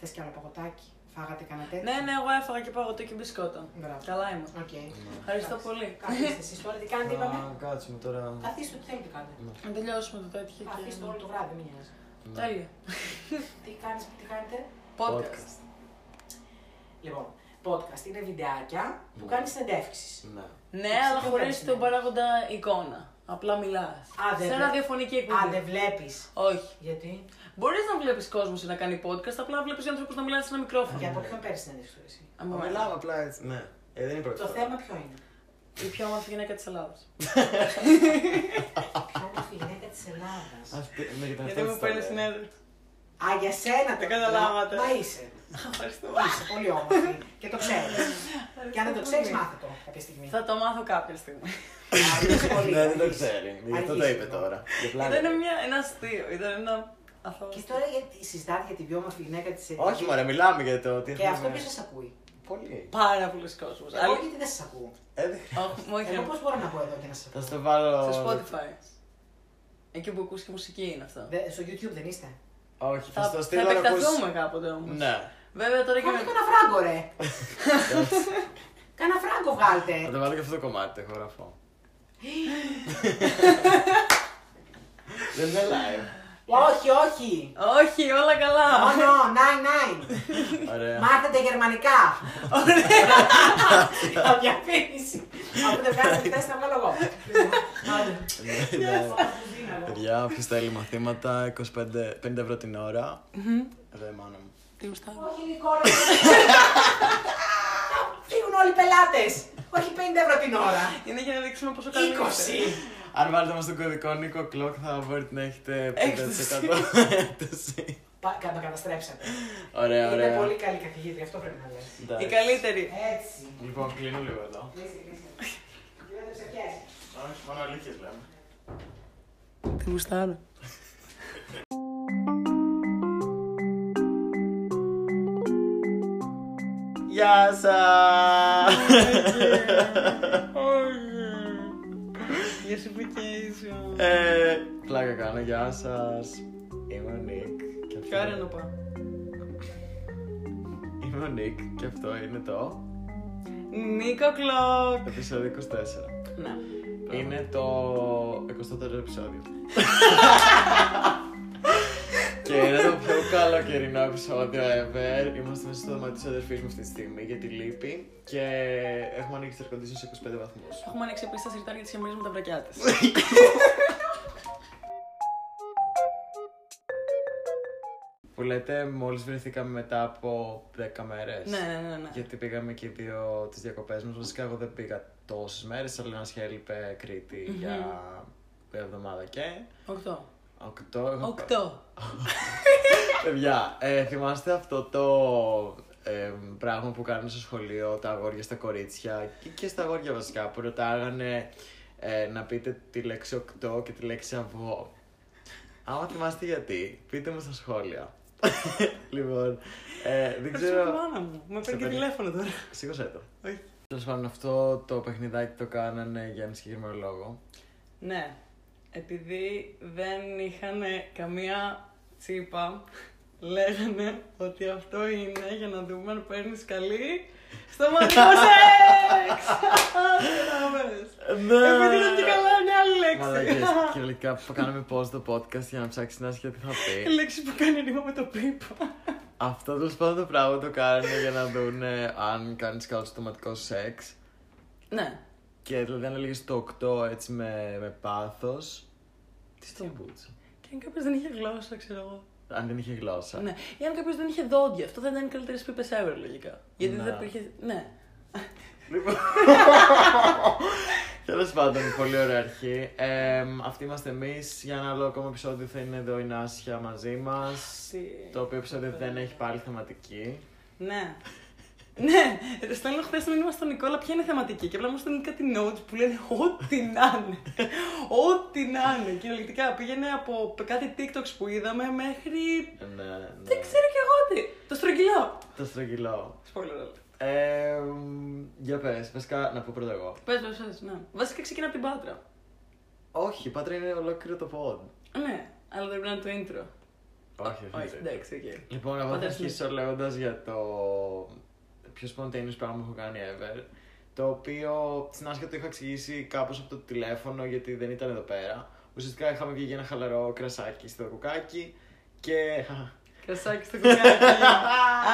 Θε και άλλο παγωτάκι. Φάγατε κανένα τέτοιο. Ναι, ναι, εγώ έφαγα και παγωτό και μπισκότα. Μπράβο. Καλά είμαι. Οκ. Ευχαριστώ Εντάξει. πολύ. Καθίστε εσείς τώρα, τι κάνετε, Να είπαμε. κάτσουμε τώρα. Καθίστε ό,τι θέλετε κάντε. Ναι. Να τελειώσουμε το τέτοιο. και- Αφήστε όλο το βράδυ, μην νοιάζει. Ναι. Τέλεια. Τι κάνεις, τι κάνετε. Podcast. Λοιπόν, podcast είναι βιντεάκια που κάνεις συνεντεύξεις. Ναι. Ναι, αλλά Ποιο χωρί πρέπει να τον είναι. παράγοντα εικόνα. Απλά μιλάς. Α, δεν Σε βλέ- ραδιοφωνική Ναι. Α, δεν εκπομπή. βλέπεις. Όχι. Γιατί. Μπορείς να βλέπεις κόσμο να κάνει podcast, απλά βλέπεις ανθρώπους να μιλάνε σε ένα Για μικρόφωνο. από ποιον παίρνεις συνέντευξη τώρα εσύ. Αν μου Μα μιλάω. μιλάμε απλά έτσι. Ναι. Ε, δεν είναι η πρώτη Το φορά. θέμα ποιο είναι. Η πιο όμορφη γυναίκα της Ελλάδας. Ποια είναι η γυναίκα της Ελλάδας. Αυτή, ναι, ήταν Γιατί αυτή μου της παίρνει τώρα. συνέντευξη. Α, για σένα Δεν τώρα. καταλάβατε. Μα είσαι. Ευχαριστώ. Είσαι πολύ όμορφη και το ξέρεις. και αν δεν το ξέρει, μάθε το κάποια στιγμή. Θα το μάθω κάποια στιγμή. Αργείς πολύ, Ναι, δεν το αργείς. ξέρει. Γι' αυτό το Αργείς. είπε τώρα. Για πλάκα. Ήταν μια, ένα αστείο, ήταν ένα αθώο. Και τώρα γιατί συζητάτε για την πιο όμορφη γυναίκα της Ελλάδα. Όχι, μωρέ, μιλάμε για το ότι. Και αυτό ποιος σας ακούει. Πολύ. Πάρα πολλοί κόσμος. Εγώ γιατί δεν σας ακούω. Ε, δεν- Όχι, μου Εγώ όχι. πώς μπορώ να πω εδώ και να σας Θα ακούω. στο βάλω. Στο Spotify. Εκεί που ακούς και μουσική είναι αυτό. Δε- Στο YouTube δεν είστε. Όχι, θα Θα, Ναι. στο θα στείλω να ακούς- επεκταθούμε κάποτε όμως. Ναι. Βέβαια τώρα και Κάνε με... κανένα φράγκο, ρε. Κάνα φράγκο Θα βγάλτε. το βάλω και αυτό το κομμάτι, το χωραφό. Δεν είναι live. όχι, όχι. Oh, Όχι, όλα Ε. καλά. Μόνο, νάι, νάι. Ωραία. Μάθετε γερμανικά. Ωραία. διαφήμιση. Από το βγάζει χθε να βγάλω εγώ. Άντε. Ναι. Παιδιά, όποιος θέλει μαθήματα, 25, 50 ευρώ την ώρα. Εδώ η μάνα μου. Τι γουστάρω. Όχι υλικό, ρε. Να Φύγουν όλοι οι πελάτες. Όχι 50 ευρώ την ώρα. Είναι για να δείξουμε πόσο καλή είστε. 20. Αν βάλετε μας τον κωδικό Νίκο Κλοκ θα μπορείτε να έχετε 5% έκπτωση. Πα- κα- Τα καταστρέψατε. Ωραία, Είναι ωραία. πολύ καλή καθηγήτρια, αυτό πρέπει να λες. Εντάξει. Η καλύτερη. Έτσι. Λοιπόν, κλείνω λίγο εδώ. Κλείστε, κλείστε. Γίνονται ψυχές. Όχι, μόνο αλήθειες λέμε. Τι γουστάρω. Γεια σας! Για σου πικέισιο. Ε, Πλάκα κάνω, γεια σας. Είμαι ο Νίκ. και αυτό- Κάρε να πάω. Είμαι ο Νίκ και αυτό είναι το Νίκο Ναι. Κλοκ. επεισόδιο 24. Να. Είναι το 24ο επεισόδιο. και είναι το πιο καλοκαιρινό επεισόδιο ever. Είμαστε μέσα στο δωμάτιο της αδερφής μου αυτή τη στιγμή γιατί λείπει. Και έχουμε ανοίξει το air condition σε 25 βαθμούς. Έχουμε ανοίξει επίσης τα σιρτάρια τη χειμερινή με τα βρακιά της. Που λέτε, μόλις βρεθήκαμε μετά από 10 μέρες. Ναι, ναι, ναι, ναι. Γιατί πήγαμε και οι δύο τις διακοπές μας. Βασικά, εγώ δεν πήγα τόσες μέρες, αλλά ένας έλειπε Κρήτη για εβδομάδα και. Οκτώ. Οκτώ. εγώ- Οκτώ. Παιδιά, ε, θυμάστε αυτό το ε, πράγμα που κάνουν στο σχολείο τα αγόρια στα κορίτσια και, και στα αγόρια βασικά που ρωτάγανε ε, να πείτε τη λέξη οκτώ και τη λέξη αυγό. Άμα θυμάστε γιατί, πείτε μου στα σχόλια. λοιπόν, ε, δεν Ξέρω τη ξέρω. μάνα μου. Με παίρνει και παίρνει. τηλέφωνο τώρα. Σήκωσέ το. Όχι. Τέλος πάντων, αυτό το παιχνιδάκι το κάνανε για ένα συγκεκριμένο λόγο. Ναι. Επειδή δεν είχαν καμία τσίπα, λέγανε ότι αυτό είναι για να δούμε αν παίρνεις καλή στο μαγικό σεξ. Καταλάβες. Επειδή ήταν και καλά μια άλλη λέξη. Ε, Μαλακές, κυριολεκτικά που κάναμε pause το podcast για να ψάξεις να σκεφτεί τι θα πει. Η λέξη που κάνει ρήμα με το πίπα. Αυτό τέλος πάντων το πράγμα το κάνανε για να δουν ε, αν κάνεις καλό συστηματικό σεξ. Ναι. Και δηλαδή αν έλεγες το 8 έτσι με, με πάθος. Τι στην μπούτσα. Και αν κάποιος δεν είχε γλώσσα, ξέρω εγώ. Αν δεν είχε γλώσσα. Ναι. Ή αν κάποιος δεν είχε δόντια, αυτό θα ήταν οι καλύτερες πίπες ever λογικά. Γιατί Ναι. δεν υπήρχε. Ναι. Λοιπόν. Τέλος πάντων, πολύ ωραία αρχή. Ε, αυτοί είμαστε εμείς. Για ένα άλλο ακόμα επεισόδιο θα είναι εδώ η Νάσια μαζί μας. Τι- Το οποίο επεισόδιο δεν έχει πάλι θεματική. Ναι. ναι, ρε, στέλνω χθες ένα μήνυμα στον Νικόλα ποια είναι η θεματική. Και απλά μου στέλνει κάτι notes που λένε ό,τι να είναι. ό,τι να είναι. Κυριολεκτικά πήγαινε από κάτι TikToks που είδαμε μέχρι. Ναι, ναι. Δεν ξέρω κι εγώ τι. Το στρογγυλάω. Το στρογγυλό. Spoiler alert. Ε, μ, για πες, βασικά να πω πρώτα εγώ. Πες, πες, πες, ναι. Βασικά ξεκινά από την Πάτρα. Όχι, η Πάτρα είναι ολόκληρο το pod. Ναι, αλλά δεν πρέπει να είναι το intro. Όχι, Όχι, όχι. δεν. εντάξει, οκ. Λοιπόν, εγώ θα Φανταστείτε. αρχίσω λέγοντας για το πιο spontaneous πράγμα που έχω κάνει ever. Το οποίο στην άσχετα το είχα εξηγήσει κάπως από το τηλέφωνο γιατί δεν ήταν εδώ πέρα. Ουσιαστικά είχαμε βγει για ένα χαλαρό κρασάκι στο κουκάκι και. Κρασάκι στο κουκάκι.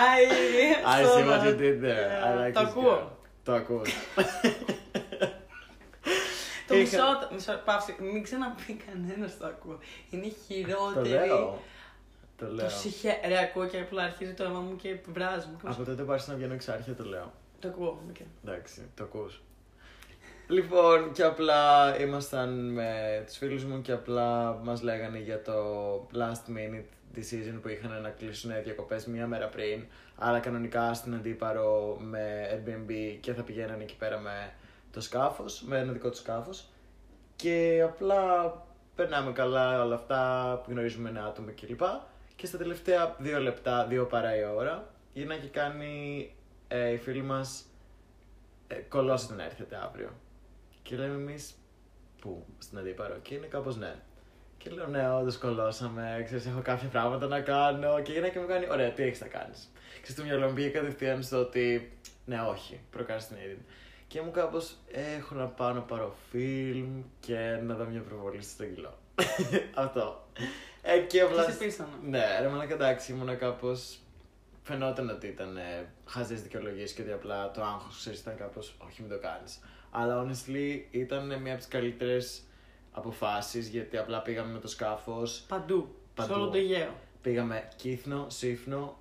Άι, Ναι. I see what you did there. I Yeah, like Το this girl. ακούω. Το ακούω. Το Είχα- μισό, μισό, παύση. Μην ξαναπεί κανένας το ακούω. Είναι Το χειρότερη. λέω. Το Το λέω. συχε... Ρε, ακούω και απλά αρχίζει το αίμα μου και βράζει μου. Από τότε που άρχισα να βγαίνω εξάρχεια το λέω. Το ακούω. οκ. Εντάξει, το ακούς. Λοιπόν, και απλά ήμασταν με τους φίλους μου και απλά μας λέγανε για το last minute decision που είχαν να κλείσουν διακοπές μία μέρα πριν. Άρα κανονικά στην Αντίπαρο με Airbnb και θα πηγαίνανε εκεί πέρα με το σκάφος, με ένα δικό τους σκάφος. Και απλά περνάμε καλά όλα αυτά που γνωρίζουμε ένα άτομο κλπ. Και στα τελευταία δύο λεπτά, δύο παρά η ώρα, γυρνά και κάνει ε, η φίλη μας ε, κολώσετε να έρθετε αύριο. Και λέμε εμείς πού, στην αντίπαρο. Και είναι κάπως ναι. Και λέω ναι, όντως κολώσαμε. Ξέρεις, έχω κάποια πράγματα να κάνω. Και γυρνάει και μου κάνει, ωραία, τι έχεις να κάνεις. Και στο μυαλό μου πήγε κατευθείαν στο ότι ναι, όχι, procrastinating. Και μου κάπως έχω να πάω να πάρω φιλμ και να δω μια προβολή στο κιλό. Αυτό. Ε, και απλά. Και σε πείσανε. Ναι, ρε μαλάκα εντάξει, ήμουνα κάπως. Φαινόταν ότι ήταν ε, χαζές δικαιολογίες και ότι απλά το άγχος ξέρεις ήταν κάπως. Όχι, μην το κάνεις. Αλλά honestly ήταν μια από τις καλύτερες αποφάσεις γιατί απλά πήγαμε με το σκάφος. Παντού. Σε Παντού. όλο το Αιγαίο. Πήγαμε κύθνο, σύφνο,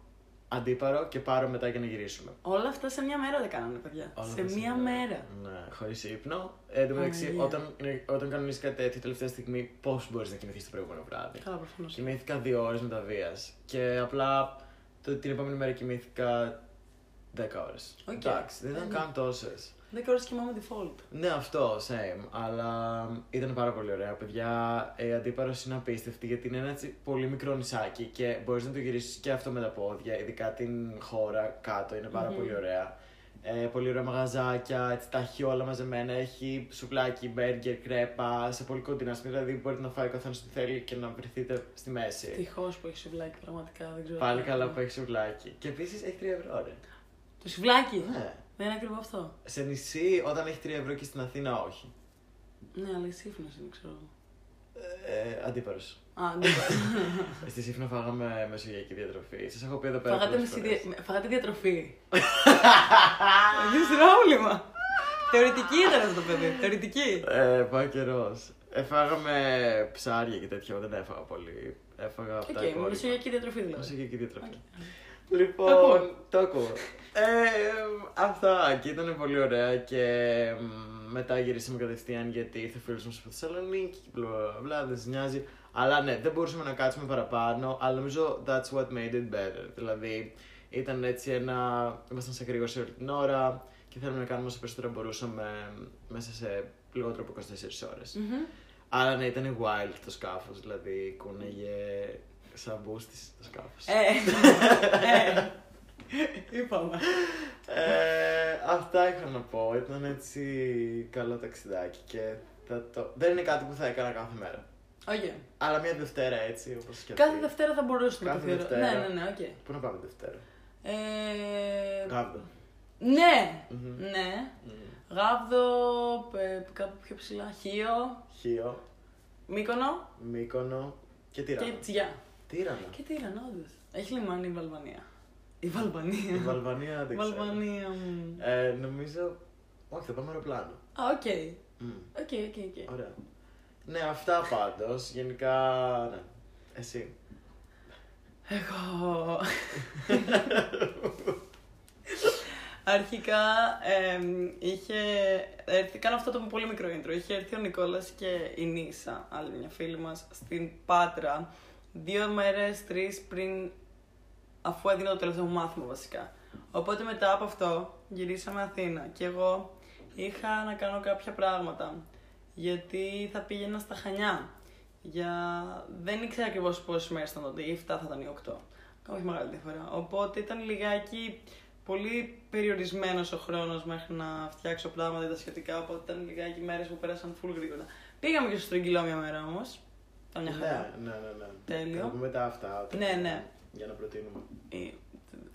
αντίπαρο και πάρο μετά για να γυρίσουμε. Όλα αυτά σε μία μέρα δεν κάνανε, παιδιά. Όλα σε αυτά μία συνέβαιναν. μέρα. Ναι, χωρίς ύπνο. Ε, Εν τω μεταξύ, Παναγία. όταν, ε, όταν κανονίζεις κάτι τέτοιο, τελευταία στιγμή, πώς μπορείς να κοιμηθείς το προηγούμενο βράδυ. Καλά, προφανώς. Κοιμήθηκα δύο ώρες μεταβίας. Και απλά το, την επόμενη μέρα κοιμήθηκα 10 ώρες. Οκ. Εντάξει, δεν Ε, ήταν ναι. καν τόσες. Δέκα ώρε κοιμάμαι default. Ναι, αυτό, same. Αλλά ήταν πάρα πολύ ωραία. Παιδιά, ε, αντίπαρος είναι απίστευτη γιατί είναι ένα έτσι πολύ μικρό νησάκι και μπορείς να το γυρίσεις και αυτό με τα πόδια, ειδικά την χώρα κάτω. Είναι πάρα Μμμ. πολύ ωραία. Ε, πολύ ωραία μαγαζάκια, έτσι, τα έχει όλα μαζεμένα. Έχει σουβλάκι, μπέργκερ, κρέπα, σε πολύ κοντινά σημεία. Δηλαδή μπορείτε να φάει ο καθένας ό,τι θέλει και να βρεθείτε στη μέση. Ευτυχώς που έχεις σουβλάκι, πραγματικά δεν ξέρω. Πάλι τι καλά να που πω. έχεις σουβλάκι. Και επίσης έχει 3 ευρώ, ρε. Το σουβλάκι! Ναι. Δεν είναι ακριβό αυτό. Σε νησί, όταν έχει 3 ευρώ και στην Αθήνα, όχι. Ναι, αλλά η σύμφωνο είναι, ξέρω εγώ. Ε, Αντίπαρος. Α, ναι. Στη Σύφνα φάγαμε μεσογειακή διατροφή. Σας έχω πει εδώ πέρα. Φαγάτε, πολλές μισή φορές. δια- με- φαγάτε διατροφή. Έχεις πρόβλημα. Θεωρητική ήταν αυτό το παιδί. Θεωρητική. Ε, πάει καιρό. Ε, φάγαμε ψάρια και τέτοια, δεν έφαγα πολύ. Έφαγα Οκ, αυτά. okay, υπόλοιπα. μεσογειακή διατροφή δηλαδή. Μεσογειακή διατροφή. Οκ. Λοιπόν, Το ακούω. το ακούω. Ε, αυτά και ήταν πολύ ωραία και μ, μετά γυρίσαμε κατευθείαν γιατί ήρθε φίλος μας από τη Θεσσαλονίκη και μπλα μπλα, δεν σε νοιάζει. Αλλά ναι, δεν μπορούσαμε να κάτσουμε παραπάνω, αλλά νομίζω that's what made it better. Δηλαδή ήταν έτσι ένα, ήμασταν σε γρήγορση όλη την ώρα και θέλαμε να κάνουμε όσο περισσότερο μπορούσαμε μέσα σε λιγότερο από 24 ώρες. Μμμ. Αλλά ναι, ήταν wild το σκάφος, δηλαδή κούνεγε σαν μπούστης το σκάφος. Ε, ε, είπαμε. Ε, αυτά είχα να πω. Ήταν έτσι καλό ταξιδάκι και θα το... δεν είναι κάτι που θα έκανα κάθε μέρα. Οκ. Αλλά μια Δευτέρα έτσι, όπως και Κάθε αυτή. Δευτέρα θα μπορούσε να το Κάθε θεωρώ. Δευτέρα. Ναι, ναι, ναι, οκ. Πού να πάμε Δευτέρα. Ε, Γάβδο. Ναι, Μμμ. ναι. Μμμ. Γάβδο, ε, κάπου πιο ψηλά. Χίο, Χίο, Μύκονο Μύκονο και και Τύρανα. Τσιά. Τύρανα. Και τι ήταν, όντως. Έχει λιμάνι η Βαλβανία. Η Η Βαλβανία. Βαλβανία Η δεν ξέρω. Βαλβανία μου. Ε, νομίζω. Όχι, θα πάμε αεροπλάνο. Α, οκ. Μμ. Οκ, οκ, οκ. Ωραία. Ναι, αυτά πάντως. Γενικά. Ναι. Εσύ. Εγώ. Αρχικά εμ, είχε έρθει, κάνω αυτό το πολύ μικρό intro, είχε έρθει ο Νικόλας και η Νίσα, άλλη μια φίλη μας, στην Πάτρα, δύο μέρες, τρεις πριν, αφού έδινα το τελευταίο μου μάθημα βασικά. Οπότε μετά από αυτό γυρίσαμε Αθήνα και εγώ είχα να κάνω κάποια πράγματα, γιατί θα πήγαινα στα Χανιά. Για... Δεν ήξερα ακριβώς πόσες μέρες ήταν τότε, ή 7 θα ήταν ή 8. Κάποια μεγάλη διαφορά. Οπότε ήταν λιγάκι πολύ περιορισμένος ο χρόνος μέχρι να φτιάξω πράγματα ή τα σχετικά. Οπότε ήταν λιγάκι μέρες που πέρασαν full γρήγορα. Πήγαμε και στο στρογγυλό μια μέρα όμως. Ήταν μια χαρά. Ναι, ναι, ναι. ναι. Τέλειο. Θα πούμε μετά αυτά. όταν- Ναι, ναι. Για να προτείνουμε. Ε,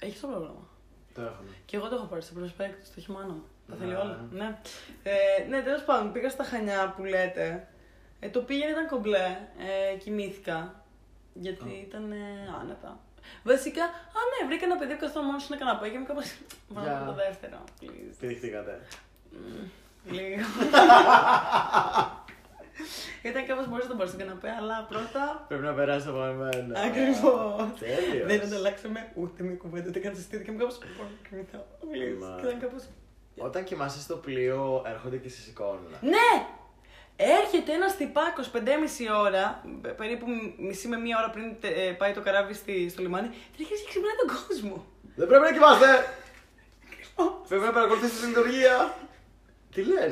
Έχεις το πρόβλημα. Το έχουμε. Και εγώ το έχω πάρει σε prospect, στο χειμώνα μου. Τα Ναι. θέλει όλα. Ναι, ε, ναι τέλος πάντων, πήγα στα χανιά που λέτε. Ε, το πήγαινε ήταν κομπλέ. Ε, κοιμήθηκα. Γιατί Α. ήταν ε, άνετα. Βασικά, α ναι, βρήκα ένα παιδί που καθόταν μόνο σε ένα καναπέ και μου κάπως. Βάλω Γεια. το δεύτερο, please. Στηριχτήκατε. Μμμ, Λίγο. Ήταν κάπω μπορείς να τον πάρεις στον καναπέ, αλλά πρώτα. Πρέπει να περάσει από εμένα. Ακριβώς. Τέλειος. Δεν ανταλλάξαμε ούτε μία κουβέντα, ούτε καν συστήθηκε μου κάπως. Κοιμηθώ. Μα. please». Και ήταν κάπως. Όταν κοιμάσαι στο πλοίο, έρχονται και σε σηκώνουν. Ναι! Έρχεται ένας τυπάκος 5,5 ώρα, πε- περίπου μισή με μία ώρα πριν τε- ε, πάει το καράβι στη, στο λιμάνι, τρέχει και ξυπνάει τον κόσμο. Δεν πρέπει να κοιμάστε! Πρέπει να παρακολουθήσει τη λειτουργία. Τι λες.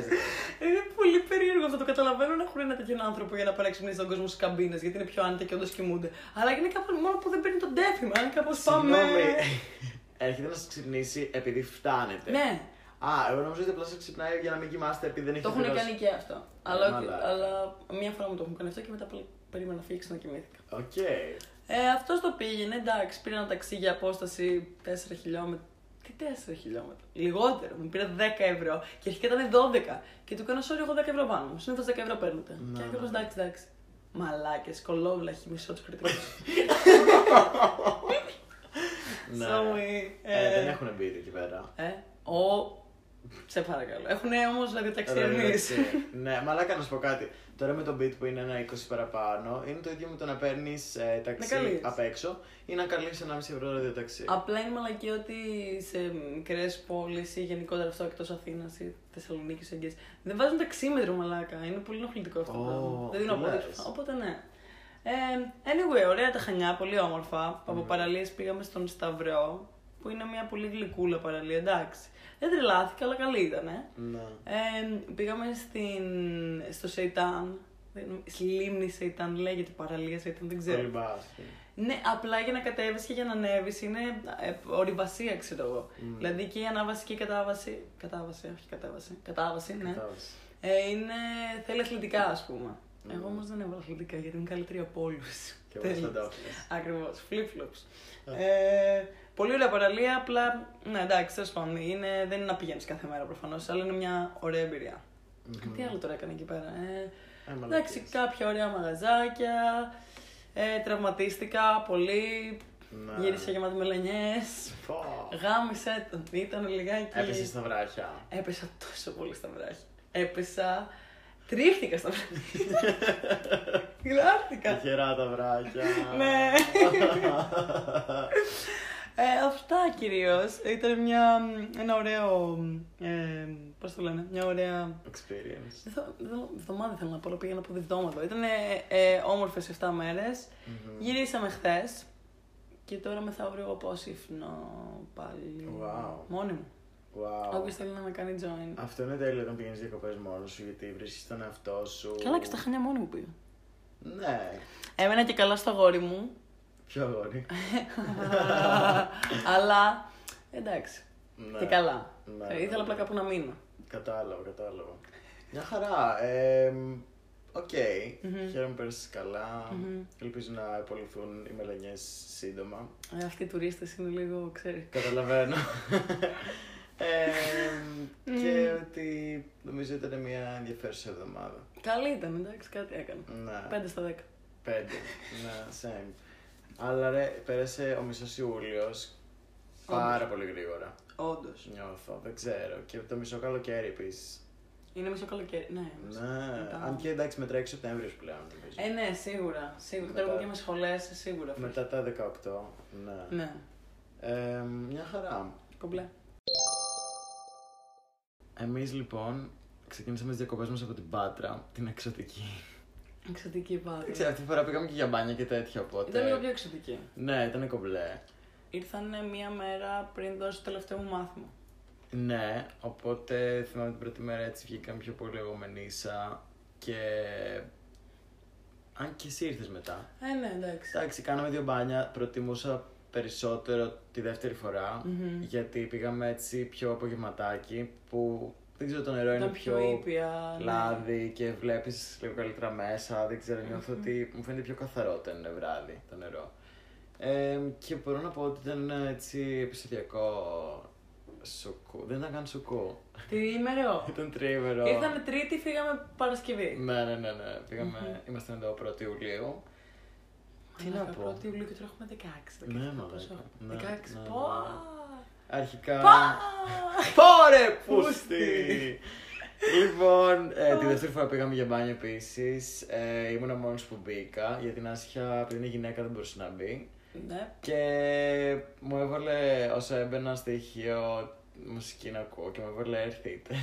Είναι πολύ περίεργο αυτό. Το καταλαβαίνω να έχουν ένα τέτοιον άνθρωπο για να παρεξυπνήσει τον κόσμο στις καμπίνες, γιατί είναι πιο άνετα και όντως κοιμούνται. Αλλά είναι κάπως μόνο που δεν παίρνει τον τέφημα. Είναι κάπως πάμε. Έρχεται να σας ξυπνήσει επειδή φτάνετε. Ναι, Α, εγώ νομίζω ότι απλά σας ξυπνάει για να μην κοιμάστε επειδή δεν έχει Ναι, το έχουν κάνει και αυτό. Αλλά, μαλάκα. αλλά μία φορά μου το έχουν κάνει αυτό και μετά πολύ περίμενα να φύγει και ξανακοιμήθηκα. Οκ. Ε, αυτός το πήγαινε, εντάξει, πήρε ένα ταξί για απόσταση 4 χιλιόμετρα. Τι 4 χιλιόμετρα, λιγότερο. Μου πήρε 10 ευρώ και αρχικά ήταν 12. Και του κάνω sorry, εγώ 10 ευρώ πάνω μου. Συνήθως 10 ευρώ παίρνετε. Ναι, και ναι, έκανα ναι. εντάξει, εντάξει. Μαλάκες, κολόβλαχοι, μισό τους κριτικού. Ναι. Sorry. Ε, Ε, δεν έχουν μπει εκεί πέρα. Ε, ο. Σε παρακαλώ. Έχουν όμως δηλαδή ταξί Ρε, εμεί. εντάξει. ναι, μαλάκα να σου πω κάτι. Τώρα με τον beat που είναι ένα 20 παραπάνω, είναι το ίδιο με το να παίρνεις Να ταξί καλείς. απ' έξω ή να καλεί 1,5 ευρώ ραδιοταξί. Απλά είναι μαλακή ότι σε μικρές πόλεις ή γενικότερα αυτό εκτός Αθήνας ή Θεσσαλονίκης ή Αγγλίας δεν βάζουν ταξίμετρο μαλάκα. Είναι πολύ ενοχλητικό αυτό το Ω, πράγμα. Δεν τι δίνω απόδειξη. λες. Οπότε ναι. Ε, anyway, ωραία τα χανιά, πολύ όμορφα. Από Ναι. παραλίες πήγαμε στον Σταυρό, που είναι μια πολύ γλυκούλα παραλία, εντάξει. Δεν τρελάθηκα, αλλά καλή ήταν. Ε. Ναι. Ε, πήγαμε στην, στο Σεϊτάν. Δεν- Στη λίμνη Σεϊτάν λέγεται παραλία Σεϊτάν, δεν ξέρω. Πολύ μπάσκετ. Ναι, απλά για να κατέβεις και για να ανέβεις είναι ε, ορειβασία, ξέρω εγώ. Μ. Δηλαδή και η ανάβαση και η κατάβαση. Κατάβαση, όχι κατάβαση. Κατάβαση, ναι. Κατάλαβες. Ε, είναι, θέλει αθλητικά, ας πούμε. Μ. Εγώ όμως δεν έβαλα αθλητικά γιατί είμαι καλύτερη από όλους. Και εγώ δεν τα έφυγες. Ακριβώ. Flip-flops. ε, πολύ ωραία παραλία, απλά. Ναι, εντάξει, τέλος πάντων. Είναι, δεν είναι να πηγαίνεις κάθε μέρα προφανώς, αλλά είναι μια ωραία εμπειρία. Τι άλλο τώρα έκανε εκεί πέρα. Ε, Ε, μαλακίες. εντάξει, κάποια ωραία μαγαζάκια. Ε, τραυματίστηκα πολύ. Ναι. Γύρισα γεμάτη με λενιές. Πω. Γάμισε τον. Ήταν λιγάκι. Έπεσες στα βράχια. Έπεσα τόσο πολύ στα βράχια. Έπεσα. Τρίχτηκα στα βράχια. Γράφτηκα. Τυχερά τα βράχια. Ναι. Ε, αυτά κυρίως. Ήταν μια, ένα ωραίο. Ε, Πώς το λένε, μια ωραία. Experience. Δεν θα- δεν- Εβδομάδα θέλω να πω, αλλά πήγα να πω διβδόματο. Ήταν ε, όμορφες 7 μέρες. Μμμ. Γυρίσαμε χθες. Και τώρα μεθαύριο εγώ πάω σύφνο πάλι. Wow. Μόνη μου. Wow. Όποιος θέλει να με κάνει join. Αυτό είναι τέλειο όταν πηγαίνεις διακοπές μόνος σου γιατί βρίσκεις τον εαυτό σου. Καλά και στα χανιά μόνη μου πήγα. Ναι. Έμενα και καλά στο γόρι μου. Πιο αγόρι. αλλά εντάξει. Ναι. Και καλά. Ναι, Ε, ναι, Ήθελα ναι. απλά κάπου να μείνω. Κατάλαβα, κατάλαβα. Μια χαρά. Ε, Οκ. Χαίρομαι που πέρασες καλά. Ελπίζω να επολυθούν οι μελανιές σύντομα. Ε, αυτοί οι τουρίστες είναι λίγο, ξέρει. Καταλαβαίνω. ε, και ότι νομίζω ήταν μια ενδιαφέρουσα εβδομάδα. Καλή ήταν, εντάξει, κάτι έκανα. Ναι. 5 στα 10. Πέντε. ναι, same. Αλλά ρε, πέρασε ο μισός Ιούλιος πάρα πολύ γρήγορα. Όντως. Νιώθω, δεν ξέρω. Και το μισό καλοκαίρι επίσης. Είναι μισό καλοκαίρι. Ναι. Ναι, Μετά- αν και εντάξει, μετράει και Σεπτέμβριο πλέον. νομίζω. Ε, ναι, σίγουρα. Σίγουρα. Μετά- Τώρα που και με σχολές, σίγουρα. Μετά τα 18. Ναι. Ναι. Ε, μια χαρά. Κομπλέ. Εμείς λοιπόν ξεκίνησαμε τις διακοπές μας από την Πάτρα, την εξωτική. Εξωτική Δεν πάθη. ξέρω, αυτή τη φορά πήγαμε και για μπάνια και τέτοια Ήταν λίγο πιο οπότε. εξωτική. Ναι, ήταν κομπλέ. Ήρθαν μία μέρα πριν δώσω το τελευταίο μου μάθημα. Ναι, οπότε θυμάμαι την πρώτη μέρα έτσι βγήκαμε πιο πολύ εγώ με Νίσα και... Αν και εσύ ήρθες μετά. Ε, ναι, εντάξει. Εντάξει, κάναμε δύο μπάνια, προτιμούσα περισσότερο τη δεύτερη φορά, γιατί πήγαμε έτσι πιο απογευματάκι που Δεν ξέρω, το νερό είναι Ήταν πιο ήπια. ναι. λάδι και βλέπεις λίγο καλύτερα μέσα. Δεν ξέρω, νιώθω ότι μου φαίνεται πιο καθαρό όταν είναι βράδυ το νερό. Ε, και μπορώ να πω ότι ήταν ε, έτσι επεισοδιακό σουκού. Δεν ήταν καν σουκού. Τι ημερό. Ήταν τριήμερο. Ήρθαμε Τρίτη, φύγαμε Παρασκευή. Ναι, ναι, ναι. ναι. Πήγαμε, ήμασταν εδώ 1η Ιουλίου. Τι να Μαλάκα, πω. Πρώτη Ιουλίου και τώρα έχουμε 16. 17, Ναι, μαλάκα. πόσο έχουμε. Ναι, 16. ναι, Πω. Αρχικά. Πα! Πόρε Πούστη. πούστη! λοιπόν, ε, τη δεύτερη φορά πήγαμε για μπάνιο επίσης. Ε, ήμουνα μόνος που μπήκα, γιατί την άσχια, επειδή είναι γυναίκα, δεν μπορούσε να μπει. Ναι. Και μου έβαλε, όσο έμπαινα στοιχείο μουσική να ακούω και μου έβαλε έρθείτε.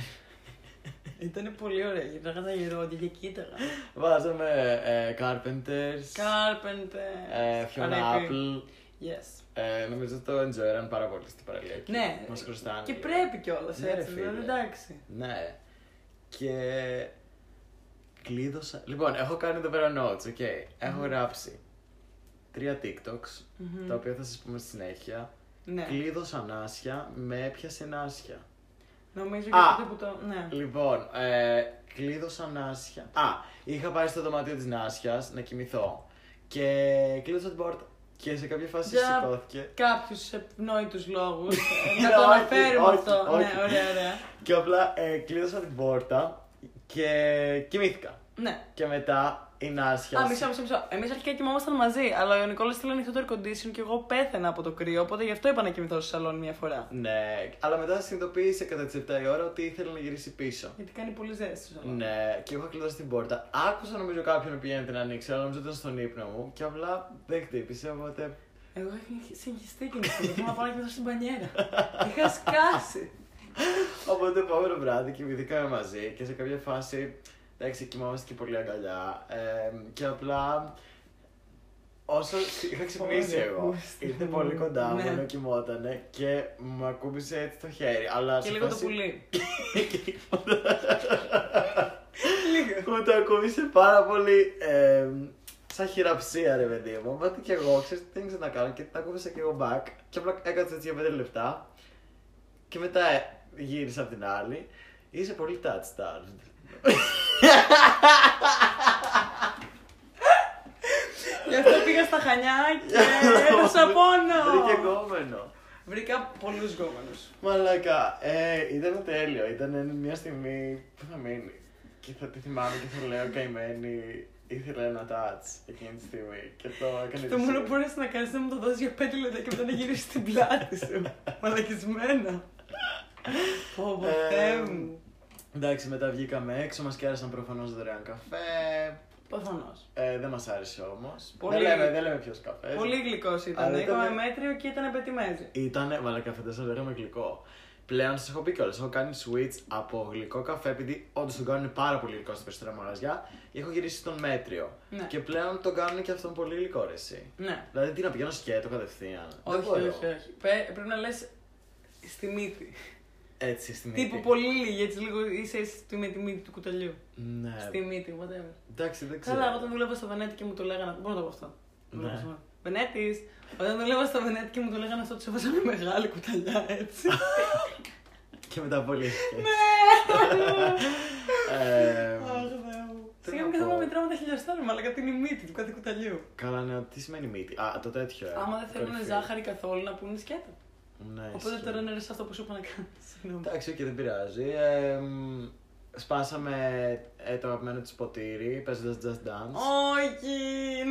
Ήταν πολύ ωραία. Γυρνάγα τα γερόντια και κοίταγα. Βάζαμε ε, Carpenters, Κάρπεντε. ε, Fiona Apple. Yes. Ε, νομίζω το enjoyerαν πάρα πολύ στην παραλία. εκεί. Ναι. Μας χρωστάνε. Και λίγο. πρέπει κιόλας Ναι, ρε, έτσι. φίλε. δηλαδή, Εντάξει. Ναι. Και κλείδωσα. Λοιπόν, έχω κάνει εδώ πέρα notes, οκ. Έχω γράψει τρία TikToks, Μμμ. τα οποία θα σας πούμε στη συνέχεια. Ναι. Κλείδωσα νάσια, με έπιασε νάσια. Νομίζω και Α. τότε που το. Ναι. Λοιπόν, ε, κλείδωσα Νάσια. Α, είχα πάει στο δωμάτιο της Νάσιας να κοιμηθώ. Και κλείδωσα την πόρτα. Και σε κάποια φάση Για σηκώθηκε. κάποιους ευνόητους λόγους, Ναι, να το όχι, αναφέρουμε όχι, αυτό. όχι. Ναι, ωραία, ωραία. Και απλά ε, κλείδωσα την πόρτα και κοιμήθηκα. Ναι. Και μετά η Νάσια. Α, μισό, μισό, μισό. Εμείς αρχικά κοιμόμασταν μαζί, αλλά ο Νικόλας στείλε ανοιχτό το air condition και εγώ πέθαινα από το κρύο, οπότε γι' αυτό είπα να κοιμηθώ στο σαλόνι μια φορά. Ναι, αλλά μετά συνειδητοποίησε κατά τις 7 η ώρα ότι ήθελε να γυρίσει πίσω. Γιατί κάνει πολύ ζέστη στο σαλόνι. Ναι, και εγώ κλείδωσα την πόρτα. Άκουσα νομίζω κάποιον να πηγαίνεται να ανοίξει, αλλά νομίζω ήταν στον ύπνο μου. Και απλά δεν χτύπησε, οπότε. Εγώ είχα συγχυστεί και νυχτή. Θέλω να πάω να κοιμηθώ στην πανιέρα. είχα σκάσει. Οπότε το επόμενο βράδυ κοιμηθήκαμε μαζί και σε κάποια φάση εντάξει, κοιμόμαστε και πολύ αγκαλιά. Ε, και απλά όσο είχα ξυπνήσει Ωραία, εγώ, ακούστε. ήρθε πολύ κοντά μου Ναι. ενώ κοιμότανε και μου ακούμπησε έτσι το χέρι. Αλλά και σε λίγο το φάση- πουλί. λίγο. Μου το ακούμπησε πάρα πολύ. Ε, σαν χειραψία ρε παιδί μου. Οπότε και εγώ ξέρεις τι ήξερα να κάνω και την ακούμπησα και εγώ back. Και απλά έκατσα έτσι για 5 λεπτά. Και μετά ε, γύρισα απ' την άλλη. Είσαι πολύ touch starved. Γι' αυτό πήγα στα χανιά και έδωσα πόνο. Βρήκε γκόμενο. Βρήκα πολλούς γκόμενους. Μαλάκα, ε, ήταν τέλειο. Ήταν μια στιγμή που θα μείνει. Και θα τη θυμάμαι και θα λέω καημένη. Ήθελα ένα touch εκείνη τη στιγμή. Και το έκανε Το της. μόνο που μπορείς να κάνεις είναι να μου το δώσεις για 5 λεπτά και μετά να γυρίσεις στην πλάτη σου. Μαλακισμένα. Πω, πω, Ε, Θεέ μου. Εντάξει, μετά βγήκαμε έξω, μας κέρασαν προφανώς δωρεάν καφέ. Προφανώς. Ε, δεν μας άρεσε όμως. Πολύ- Δεν λέμε, δεν λέμε ποιος καφές. Πολύ γλυκός ήταν. Ε, Αλλά Είχαμε ήταν- μέτριο και ήταν πετιμέζι. Ήτανε, μαλάκα, φαντάζομαι με γλυκό. Πλέον σας έχω πει κιόλας. Έχω κάνει switch από γλυκό καφέ, επειδή όντως τον κάνουν πάρα πολύ γλυκό στα περισσότερα μαγαζιά. και Έχω γυρίσει στον μέτριο. Ναι. Και πλέον τον κάνουν και αυτόν πολύ γλυκό ρε, εσύ. Ναι. Δηλαδή τι να πηγαίνω σκέτο κατευθείαν. Όχι, Δεν μπορώ. όχι, όχι. Πε- Πρέπει να λες στη μύτη. Έτσι στην Τύπου πολύ λίγη, έτσι λίγο είσαι εσύ στη μύτη, μύτη του κουταλιού. Ναι. Στη μύτη, whatever. Εντάξει, δεν ξέρω. Καλά, εγώ όταν δούλευα στο Βενέτη και μου το λέγανε. Μπορώ να το πω αυτό. Ναι. Βενέτης! Όταν δούλευα στο Βενέτη και μου το λέγανε αυτό, τους έβαζα μια μεγάλη κουταλιά έτσι. Και μετά πολύ. Ναι! ε, Αχ, Θεέ μου. τι Σιγά να μην καθόμουν πω. να μετράω τα χιλιοστάρια, αλλά κάτι είναι η μύτη του, κάτι κουταλιού. καλά, ναι, τι σημαίνει μύτη. Α, το τέτοιο. ε, Άμα δεν θέλουν κορυφή. ζάχαρη καθόλου να πούνε σκέτα. Ναι, Οπότε ισχύει. τώρα είναι ρε σε αυτό που σου είπα να κάνεις. Συγγνώμη. Εντάξει, και δεν πειράζει. Ε, μ, σπάσαμε ε, το αγαπημένο της ποτήρι παίζοντας Just Dance. Όχι,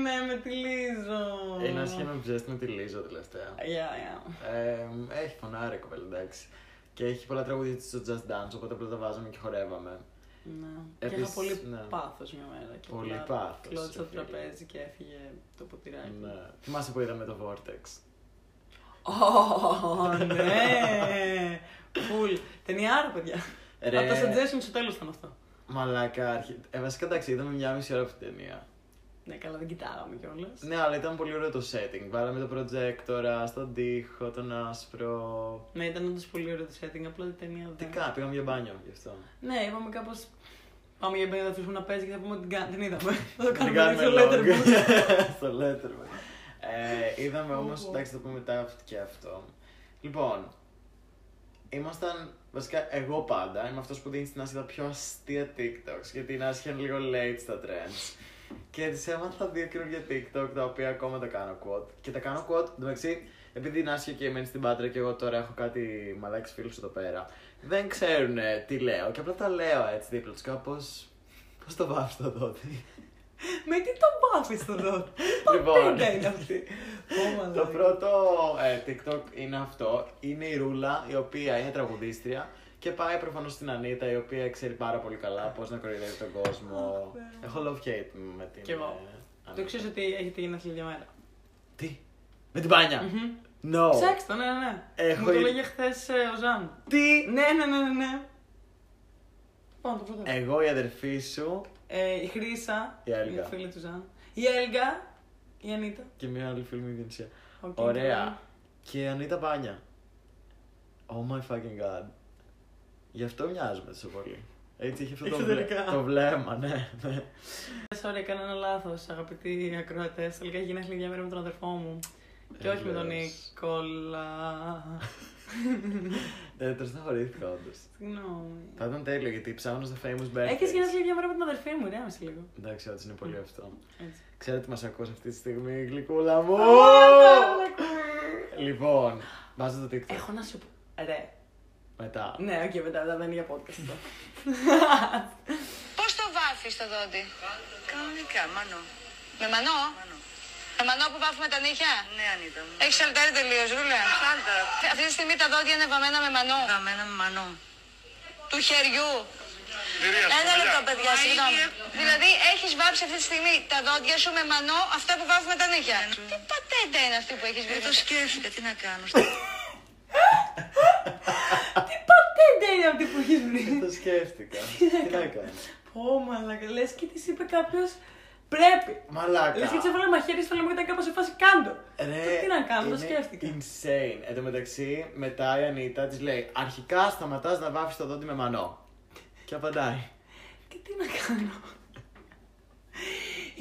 ναι, με τη Λίζο. Είναι άσχημα με ψέστη με τη Λίζα τελευταία. Yeah, yeah. Ε, μ, έχει φωνάρε κοπέλα, εντάξει. Και έχει πολλά τραγούδια της στο Just Dance, οπότε απλά τα βάζαμε και χορεύαμε. Ναι. και είχα Επίσης, πολύ ναι. πάθος μια μέρα. Και Πολύ απλά πάθος, Κλώτησα ρε το φίλε. τραπέζι και έφυγε το ποτηράκι. Ναι. Θυμάσαι που είδαμε το Vortex. Ω, ναι! Φουλ. Ταινιάρα, παιδιά. Ρε. Από τα suggestion στο τέλος ήταν αυτό. Μαλάκα, αρχι... ε, βασικά εντάξει, είδαμε μια μισή ώρα αυτή την ταινία. Ναι, καλά, δεν κοιτάγαμε κιόλας. Ναι, αλλά ήταν πολύ ωραίο το setting. Βάλαμε το projector στον τοίχο, τον άσπρο. Ναι, ήταν όντως πολύ ωραίο το setting, απλά η ταινία Τι δεν. κάνω, πήγαμε για μπάνιο γι' αυτό. Ναι, είπαμε κάπως. Πάμε για μπαίνει, θα αφήσουμε να παίζει και θα πούμε ότι την, κα- την είδαμε. θα το Δεν κάνουμε λίγο στο λόγο. Letterboxd. Στο Letterboxd. Ε, είδαμε όμως. Ω. Εντάξει, θα πούμε μετά αυτό και αυτό. Λοιπόν, ήμασταν. Βασικά, εγώ πάντα είμαι αυτός που δίνει στην Άση τα πιο αστεία TikToks. Γιατί η Άση είναι λίγο late στα trends. και τη έμαθα δύο καινούργια TikTok τα οποία ακόμα τα κάνω quote. Και τα κάνω quote, εντωμεταξύ, επειδή η Νάση και μένει στην Πάτρα και εγώ τώρα έχω κάτι μαλάκι φίλους εδώ πέρα, δεν ξέρουν τι λέω. Και απλά τα λέω έτσι δίπλα τους κάπως. Πώς το βάφει το δότη. Με τι τον βάφεις τον δότη. Λοιπόν. Πατέντα είναι αυτή. Ω, Το μαλάκα. πρώτο ε, TikTok είναι αυτό. Είναι η Ρούλα, η οποία είναι τραγουδίστρια και πάει προφανώς στην Ανίτα, η οποία ξέρει πάρα πολύ καλά πώς να κοροϊδεύει τον κόσμο. Αχ, Θεέ. Έχω love hate με την. Κι εγώ. ε, Το Ανίτα. ξέρεις ότι έχετε γενέθλια για μέρα. Τι? Με την πανια No. Ψάξτε, ναι, ναι. Έχω Μου το η- λέγε χθες ο Ζαν. Τι? Ναι, ναι, ναι, ναι, ναι. Πάμε το πρώτο. Εγώ η αδερφή σου Ε, η Χρύσα, Ε. Η Έλγα. η φίλη του Ζαν. Η Έλγα, η Ανίτα. και μια άλλη φίλη μου η Διονυσία. Οκ, ναι. λοιπόν. Ωραία. καλά. Και Ανίτα Πάνια. Oh my fucking god. Γι' αυτό μοιάζουμε τόσο πολύ. Έτσι είχε αυτό το, βλέ... Εξωτερικά. το βλέμμα, ναι. ναι. Ε, Sorry, έκανα ένα λάθος, αγαπητοί ακροατές. Τελικά έχει γενέθλια για μέρα με τον αδερφό μου. Και Ε, όχι με τον λες. Νικόλα. Ε, τώρα στεναχωρήθηκα όντως. Συγγνώμη. Θα ήταν τέλειο γιατί ψάχνω στα famous birthdays. Έχει γενέθλια για μέρα με την αδερφή μου, ρέμισε λίγο. Εντάξει, όντως είναι πολύ αυτό. Έτσι. Ξέρετε τι μας ακούς αυτή τη στιγμή, γλυκούλα ναι, μου! λοιπόν, βάζω το TikTok Έχω να σου πω. Ρε. μετά. Ναι, οκ, μετά, μετά δεν είναι για podcast αυτό. Πώς το βάφεις το δόντι, Κανονικά, μανώ. Με μανώ? Με μανώ που βάφουμε τα νύχια. Ναι, Ανίτα. Έχει σαλτάρει τελείω, ρούλα. Σάλτα. Αυτή τη στιγμή τα δόντια είναι βαμμένα με μανώ. Βαμμένα με μανώ. Του χεριού. Ένα λεπτό, παιδιά, συγγνώμη. Δηλαδή, έχεις βάψει αυτή τη στιγμή τα δόντια σου με μανώ αυτά που βάφουμε τα νύχια. Τι πατέντα είναι αυτή που έχεις βρει. Ναι, Ε, το σκέφτηκα, τι να κάνω. Τι πατέντα είναι αυτή που έχεις βρει. το σκέφτηκα. τι να κάνω. Πω, μαλακα, λες και της είπε κάποιος. Πρέπει. Λε Μαλάκα. και τη έβαλε μαχαίρι στο λαιμό και ήταν κάπως σε φάση κάντο. Ρε, Τι να κάνω, το είναι σκέφτηκα. Insane. Εν τω μεταξύ, μετά η Ανίτα της λέει: Αρχικά σταματάς να βάφεις το δόντι με μανό. Και απαντάει. Και τι να κάνω.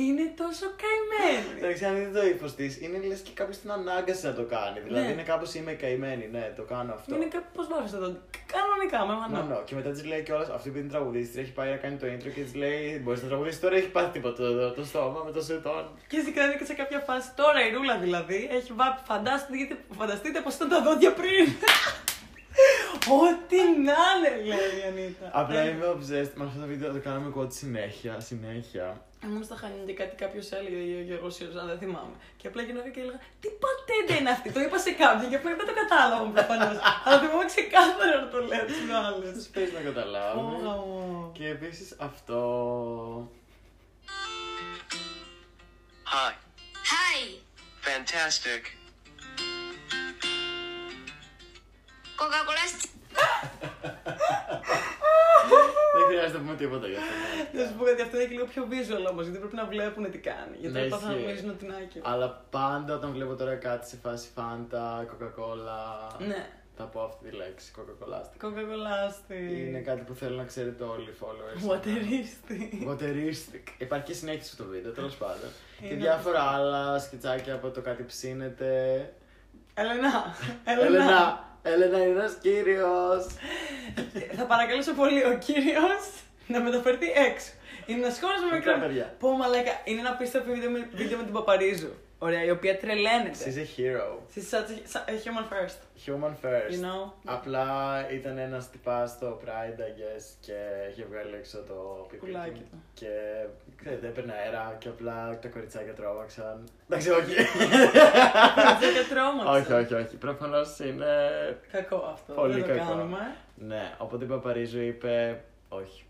Είναι τόσο καημένη. Εντάξει, αν δείτε το ύφος της, είναι λες και κάποιος την ανάγκασε να το κάνει. Δηλαδή, Ναι. είναι κάπως είμαι καημένη, ναι, το κάνω αυτό. Είναι κάπου πώς βάζεις το δόντι. Κανονικά, με Ναι, μανώ. ναι. Και μετά της λέει κιόλας, αυτή που είναι τραγουδίστρια, έχει πάει να κάνει το intro και της λέει: Μπορείς να τραγουδίσει τώρα, έχει πάθει τίποτα το, το, στόμα με το σετόν. Και συγκρατεί και σε κάποια φάση. Τώρα η ρούλα δηλαδή έχει βάπει. Φανταστείτε, γιατί- φανταστείτε πώ ήταν τα δόντια πριν. Ό,τι να είναι, λέει η Ανίτα. Ε, Απλά είμαι obsessed με αυτό το βίντεο, το κάναμε εγώ συνέχεια, συνέχεια. Ήμουν στα Χανιά και κάτι κάποιος έλεγε ο Γιώργο Ιωζάν, δεν θυμάμαι. Και απλά γινόταν και έλεγα Τι πατέντα είναι αυτή, το είπα σε κάποιον και απλά δεν το κατάλαβα προφανώς. Αλλά θυμάμαι ξεκάθαρα να το λέω του άλλου. Δεν παίζει να καταλάβεις. Και επίσης αυτό. Hi. Hi. Fantastic. Coca-Cola. Δεν χρειάζεται να πούμε τίποτα για αυτό. Να σου πω κάτι, αυτό είναι και λίγο πιο visual όμως, γιατί πρέπει να βλέπουν τι κάνει. Γιατί Ναι, δεν θα ισχύει. νομίζουν ότι είναι άκυρο. Αλλά πάντα όταν βλέπω τώρα κάτι σε φάση Fanta, Coca-Cola. Ναι, Θα πω αυτή τη λέξη, Coca-Cola. Είναι κοκακολάστη. κάτι που θέλω να ξέρετε όλοι οι followers. Waterίστη. Wateristic. Υπάρχει και συνέχιση στο βίντεο, τέλος πάντων. και Είναι διάφορα άλλα σκετσάκια από το κάτι ψήνεται. Ελένα. Ελένα. Έλενα! Έλενα είναι ένας κύριος! Θα παρακαλέσω πολύ ο κύριος να μεταφερθεί έξω. Είναι ένας χώρος με Μικρά μικρά παιδιά. Πω μαλάκα, είναι ένα απίστευτο βίντεο με, βίντεο με την Παπαρίζου. Ωραία, η οποία τρελαίνεται. She's a hero. She's such a- a human first, Human first. you know. Απλά ήταν ένας τυπάς στο Pride, I guess, και είχε βγάλει έξω το Κουλάκι πιπίκι. του. Και ξέρετε, έπαιρνε αέρα και απλά τα κοριτσάκια τρόμαξαν. Εντάξει, όχι. Και τρόμαξα. όχι, όχι, όχι. Προφανώς είναι Κακό αυτό. Πολύ δεν κακό. το κάνουμε. Ναι, οπότε η Παπαρίζου είπε όχι.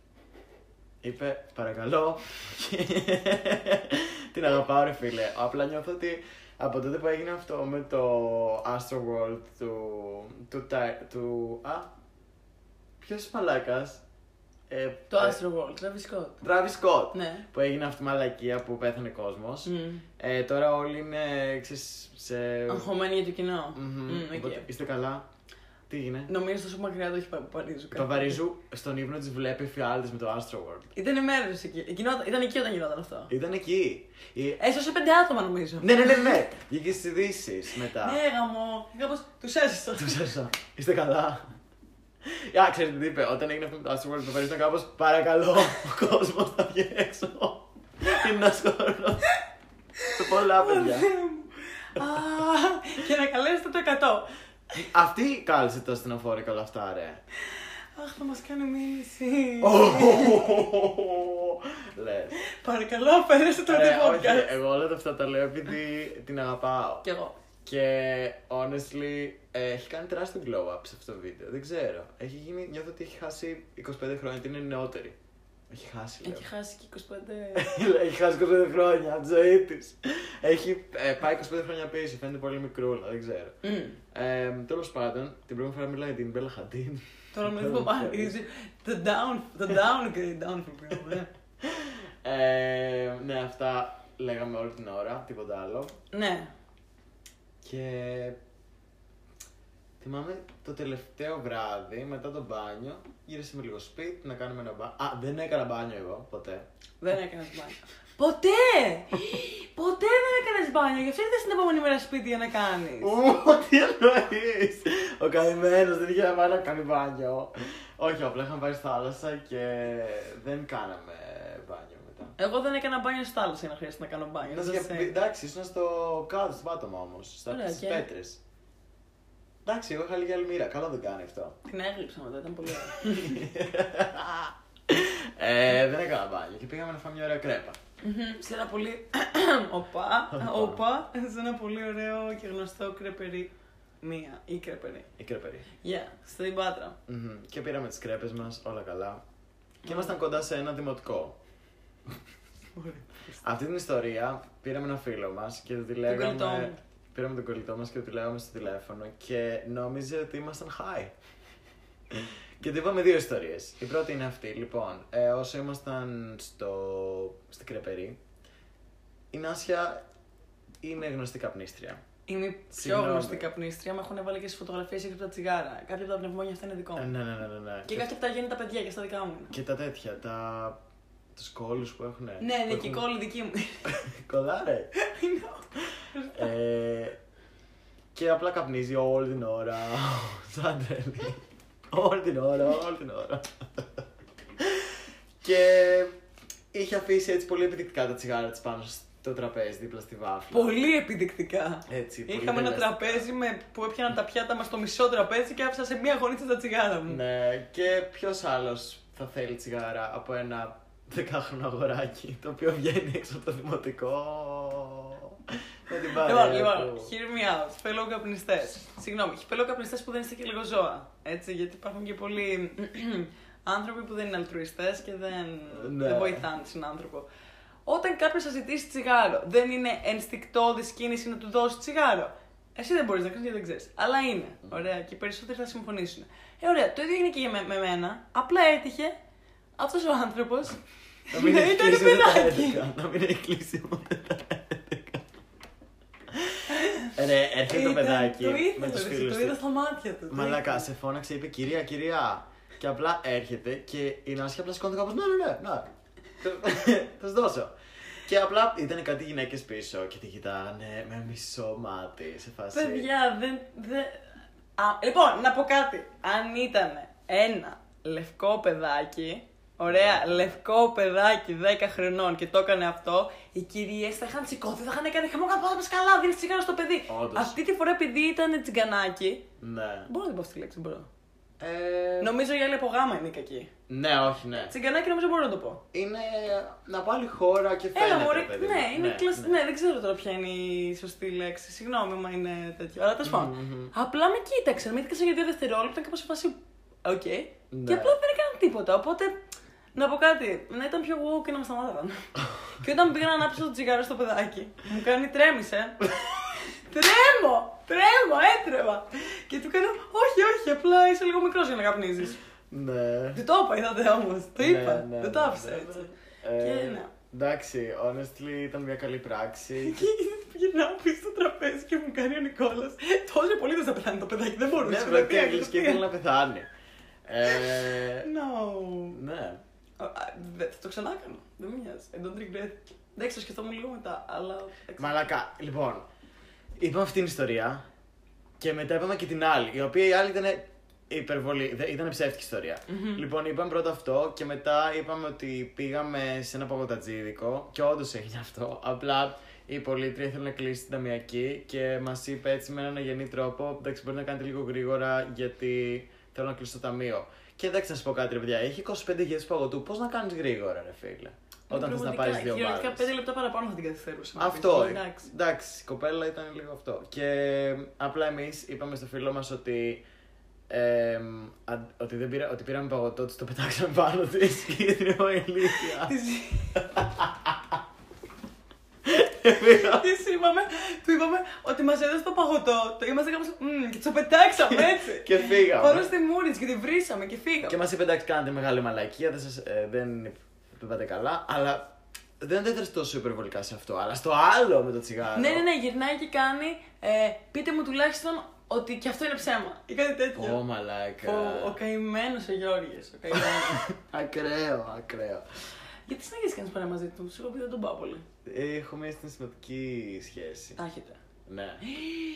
Είπε παρακαλώ. Την αγαπάω ρε φίλε. Απλά νιώθω ότι από τότε που έγινε αυτό με το Astro World του... του... Ty- του α, ποιος μαλάκας. Ε, Το ε, Astro World, Travis Scott. Travis Scott. Ναι. Mm. Που έγινε αυτή η μαλακία που πέθανε κόσμος. Ε, τώρα όλοι είναι, ξέρεις, σε... Αγχωμένη για το κοινό. Μμμ. Μμμ, Mm, οκ. Οπότε, Είστε καλά. Τι έγινε. Νομίζω τόσο μακριά το έχει πάει Παπαρίζου. Το Παπαρίζου στον ύπνο της βλέπει φιάλτη με το Astro World. Ήταν μέρο εκεί. Γινόταν- Ήταν εκεί όταν γινόταν αυτό. Ήταν εκεί. Η- Έσωσε πέντε άτομα νομίζω. Ναι, ναι, ναι, ναι. Βγήκε στις ειδήσεις μετά. Ναι, γαμό. Κάπως τους έσωσα. Τους έσα. Είστε καλά. Α, ξέρετε τι είπε, όταν έγινε αυτό με το Astroworld που φέρνει κάπως παρακαλώ, ο κόσμος θα βγει έξω. Είναι ένα χώρο. Σε πολλά παιδιά. Α, και να καλέσετε το 100. Αυτή κάλεσε το ασθενοφόρο όλα αυτά, ρε. Αχ, θα μας κάνει μήνυση. Λες. Παρακαλώ, αφαίρεστε το podcast. Ε, Εγώ όλα τα αυτά τα λέω επειδή την αγαπάω. Κι εγώ. Και honestly, ε, έχει κάνει τεράστιο glow up σε αυτό το βίντεο. Δεν ξέρω. Έχει γίνει, νιώθω ότι έχει χάσει 25 χρόνια, ότι είναι νεότερη. Έχει χάσει, λέω. Έχει χάσει και 25. έχει χάσει 25 χρόνια από τη ζωή της. Έχει ε, πάει 25 χρόνια πίσω, φαίνεται πολύ μικρούλα, δεν ξέρω. Μμμ. Ε, Τέλος πάντων, την πρώτη φορά μιλάει για την Μπέλα Χαντίν. Τώρα με δίπλα πάλι. The down, the downgrade, downgrade. ναι. Ε, ναι, αυτά λέγαμε όλη την ώρα, τίποτα άλλο. Ναι. Και θυμάμαι το τελευταίο βράδυ μετά το μπάνιο γύρισαμε λίγο σπίτι να κάνουμε ένα μπάνιο. Α, δεν έκανα μπάνιο εγώ ποτέ. Δεν έκανες μπάνιο. Ποτέ! Ποτέ δεν έκανες μπάνιο. Γι' αυτό ήρθες την επόμενη μέρα σπίτι για να κάνεις. Ω, τι εννοείς! Ο καημένος δεν είχε πάει να κάνει μπάνιο. Όχι, απλά είχαμε πάει στη θάλασσα και δεν κάναμε μπάνιο μετά. Εγώ δεν έκανα μπάνιο στη θάλασσα για να χρειάζεται να κάνω μπάνιο. Ήτας Δεν για- σε- Εντάξει, ήσουν στο κάτω, στο πάτωμα όμω, Ωραία, στις και- πέτρες. Εντάξει, εγώ είχα λίγη αλμύρα. Καλά δεν κάνει αυτό. Την έγλειψα μετά, ήταν πολύ ωραία. ε, δεν έκανα μπάνιο και πήγαμε να φάμε μια ωραία κρέπα. Μμμ, Σε ένα πολύ. Οπα, οπα, σε ένα πολύ ωραίο και γνωστό κρεπερί. Μία ή κρεπερί. Η κρεπερή. Γεια, στην Πάτρα. Μμμ. Και πήραμε τις κρέπες μας, όλα καλά. Και ήμασταν κοντά σε ένα δημοτικό. Αυτή την ιστορία πήραμε ένα φίλο μας και του τη κολλητό λέγαμε. μου. Πήραμε τον κολλητό μας και του τη λέγαμε στο τηλέφωνο και νόμιζε ότι ήμασταν high. και του είπαμε δύο ιστορίες. Η πρώτη είναι αυτή. Λοιπόν, ε, όσο ήμασταν στο... στην Κρεπερή, η Νάσια είναι γνωστή καπνίστρια. Είμαι η πιο Συγγνώμη. γνωστή καπνίστρια. Με έχουν βάλει και στι φωτογραφίε έξω από τα τσιγάρα. Κάποια από τα πνευμόνια αυτά είναι δικό Ε, μου. ναι, ναι, ναι, ναι. ναι. Και κάποια από τα γέννητα παιδιά και στα δικά μου. και τα τέτοια, τα. Του κόλλους που έχουν. Ναι, ναι, και η κόλλου. κόλλη δική μου. Κολλάρε. Ε, και απλά καπνίζει όλη την ώρα. Σαν τρελή. όλη την ώρα, όλη την ώρα. και είχε αφήσει έτσι πολύ επιδεικτικά τα τσιγάρα της πάνω στο τραπέζι δίπλα στη βάφλα. Πολύ επιδεικτικά. Έτσι, πολύ Είχαμε ένα τελεστικά. τραπέζι με, που έπιαναν τα πιάτα μας στο μισό τραπέζι και άφησα σε μία γωνίτσα τα τσιγάρα μου. Ναι, και ποιος άλλος θα θέλει τσιγάρα από ένα δεκάχρονο αγοράκι το οποίο βγαίνει έξω από το δημοτικό. Με την παρέα Λοιπόν, λοιπόν, του. hear me out. Fellow καπνιστές. Συγγνώμη, fellow καπνιστές που δεν είστε και λίγο ζώα. Έτσι, γιατί υπάρχουν και πολλοί άνθρωποι που δεν είναι αλτρουιστές και δεν, Ναι. δεν βοηθάνε τον άνθρωπο. Όταν κάποιος σα ζητήσει τσιγάρο, δεν είναι ενστικτόδης κίνηση να του δώσει τσιγάρο. Εσύ δεν μπορείς να κάνεις γιατί δεν ξέρεις. Αλλά είναι. Ωραία. Και οι περισσότεροι θα συμφωνήσουν. Ε, ωραία. Το ίδιο έγινε και με, με μένα. Απλά έτυχε αυτός ο άνθρωπος Να μην να έχει Ναι, ήταν κλείσει ούτε τα παιδάκι. 11. Να μην έχει κλείσει ούτε τα 11. Ρε, έρχεται Ε, το Ήταν- παιδάκι Το είδα, με τους ρε, φίλους το είδα του. στα μάτια του. το Μαλάκα, είδα. σε φώναξε, είπε κυρία, κυρία. Και απλά έρχεται και η Νάσια απλά σηκώνεται κάπως, ναι, ναι, ναι, ναι. Θα σας δώσω. Και απλά ήταν κάτι γυναίκες πίσω και τη κοιτάγανε με μισό μάτι σε φάση. Παιδιά, δεν. δεν... Α, λοιπόν, να πω κάτι. Αν ήταν ένα λευκό παιδάκι, ωραία, λευκό παιδάκι 10 χρονών και το έκανε αυτό, οι κυρίες θα είχαν σηκώθει, θα είχαν κάνει χαμό κατά πάμε καλά, δίνεις τσιγάρο στο παιδί. Όντως. Αυτή τη φορά επειδή ήταν τσιγκανάκι. Ναι. Μπορώ να την πω αυτή τη λέξη, μπορώ. Ε, Νομίζω η άλλη από γάμα είναι η κακή. Ναι, όχι, ναι. Τσιγκανάκι νομίζω μπορώ να το πω. Είναι να πάλι χώρα και φαίνεται. Έλα, μωρή, παιδί μου. ναι, είναι κλασ- ναι, δεν ξέρω τώρα ποια είναι η σωστή λέξη. Συγγνώμη, μα είναι τέτοιο. Αλλά τέλος πάντων. Mm-hmm. Απλά με κοίταξαν, με κοίταξαν για δύο δευτερόλεπτα και κάπω σε φάση. Οκ. Και Ναι. απλά δεν έκαναν τίποτα. Οπότε να πω κάτι. Να ήταν πιο wow και να με σταμάταγαν. και όταν πήγα να ανάψω το τσιγάρο στο παιδάκι, μου κάνει τρέμισε. τρέμω! Τρέμω, έτρεμα! Και του κάνω, Όχι, όχι, απλά είσαι λίγο μικρός για να καπνίζεις. Ναι. Του το είπα, είδατε όμως. Το είπα. Ναι, ναι, Δεν το ναι, άφησα ναι, ναι. έτσι. Ε, Και ναι. Εντάξει, honestly ήταν μια καλή πράξη. Και γυρνάω πίσω στο τραπέζι και μου κάνει ο Νικόλας. Τόσο πολύ δεν θα πεθάνει το παιδάκι, δεν μπορούσε. ναι, βρε, τι έγκλεις και ήθελε να πεθάνει. Ε, No. ναι. Α, α, δε- Θα το ξανά κάνω. Δεν με νοιάζει. I don't regret. Εντάξει, το σκεφτόμουν λίγο μετά, αλλά. εντάξει. Μαλακά, λοιπόν. Είπαμε αυτή την ιστορία και μετά είπαμε και την άλλη, η οποία η άλλη ήταν Υπερβολή. Δε- Ήταν ψεύτικη ιστορία. Λοιπόν, είπαμε πρώτα αυτό και μετά είπαμε ότι πήγαμε σε ένα παγωτατζίδικο και όντως έγινε αυτό. Απλά η πολίτρια ήθελε να κλείσει την ταμιακή και μας είπε έτσι με έναν αγενή τρόπο: Εντάξει, μπορεί να κάνετε λίγο γρήγορα γιατί θέλω να κλείσω το ταμείο. Και εντάξει, να σου πω κάτι, ρε παιδιά. Έχει 25 γεύσει παγωτού. Πώς να κάνεις γρήγορα, ρε φίλε. Όταν θες να πάρεις δύο Κυριολεκτικά μπάρες. 5 λεπτά παραπάνω θα την καθυστερούσα. Αυτό. ε. Εντάξει. Εντάξει, η κοπέλα ήταν λίγο αυτό. Και απλά εμείς είπαμε στο φίλο μας ότι. Ε, αν- ότι, δεν πήρα, ότι πήραμε παγωτό, της το πετάξαμε πάνω της και είναι ο ηλίθεια. Τη είπαμε, του είπαμε ότι μας έδωσε το παγωτό. Το είμαστε κάπως. Και το πετάξαμε έτσι. και φύγαμε. Πάνω στη μούρη της και τη βρήσαμε και φύγαμε. Και μας είπε εντάξει, κάνατε μεγάλη μαλακία, δεν, σας, ε, δεν το είπατε καλά, αλλά δεν αντέδρασε τόσο υπερβολικά σε αυτό. Αλλά στο άλλο με το τσιγάρο. Ναι, ναι, ναι, γυρνάει και κάνει. Ε, πείτε μου τουλάχιστον ότι και αυτό είναι ψέμα. Ή κάτι τέτοιο. Πω μαλάκα. Ο, ο καημένος ο Γιώργη. Ο καημένος. Ακραίο, ακραίο. Γιατί συνέχισε κανεί παρέα μαζί του, σου έχω πει δεν τον πάω πολύ. Έχω μια συναισθηματική σχέση. Τάχεται. Ναι.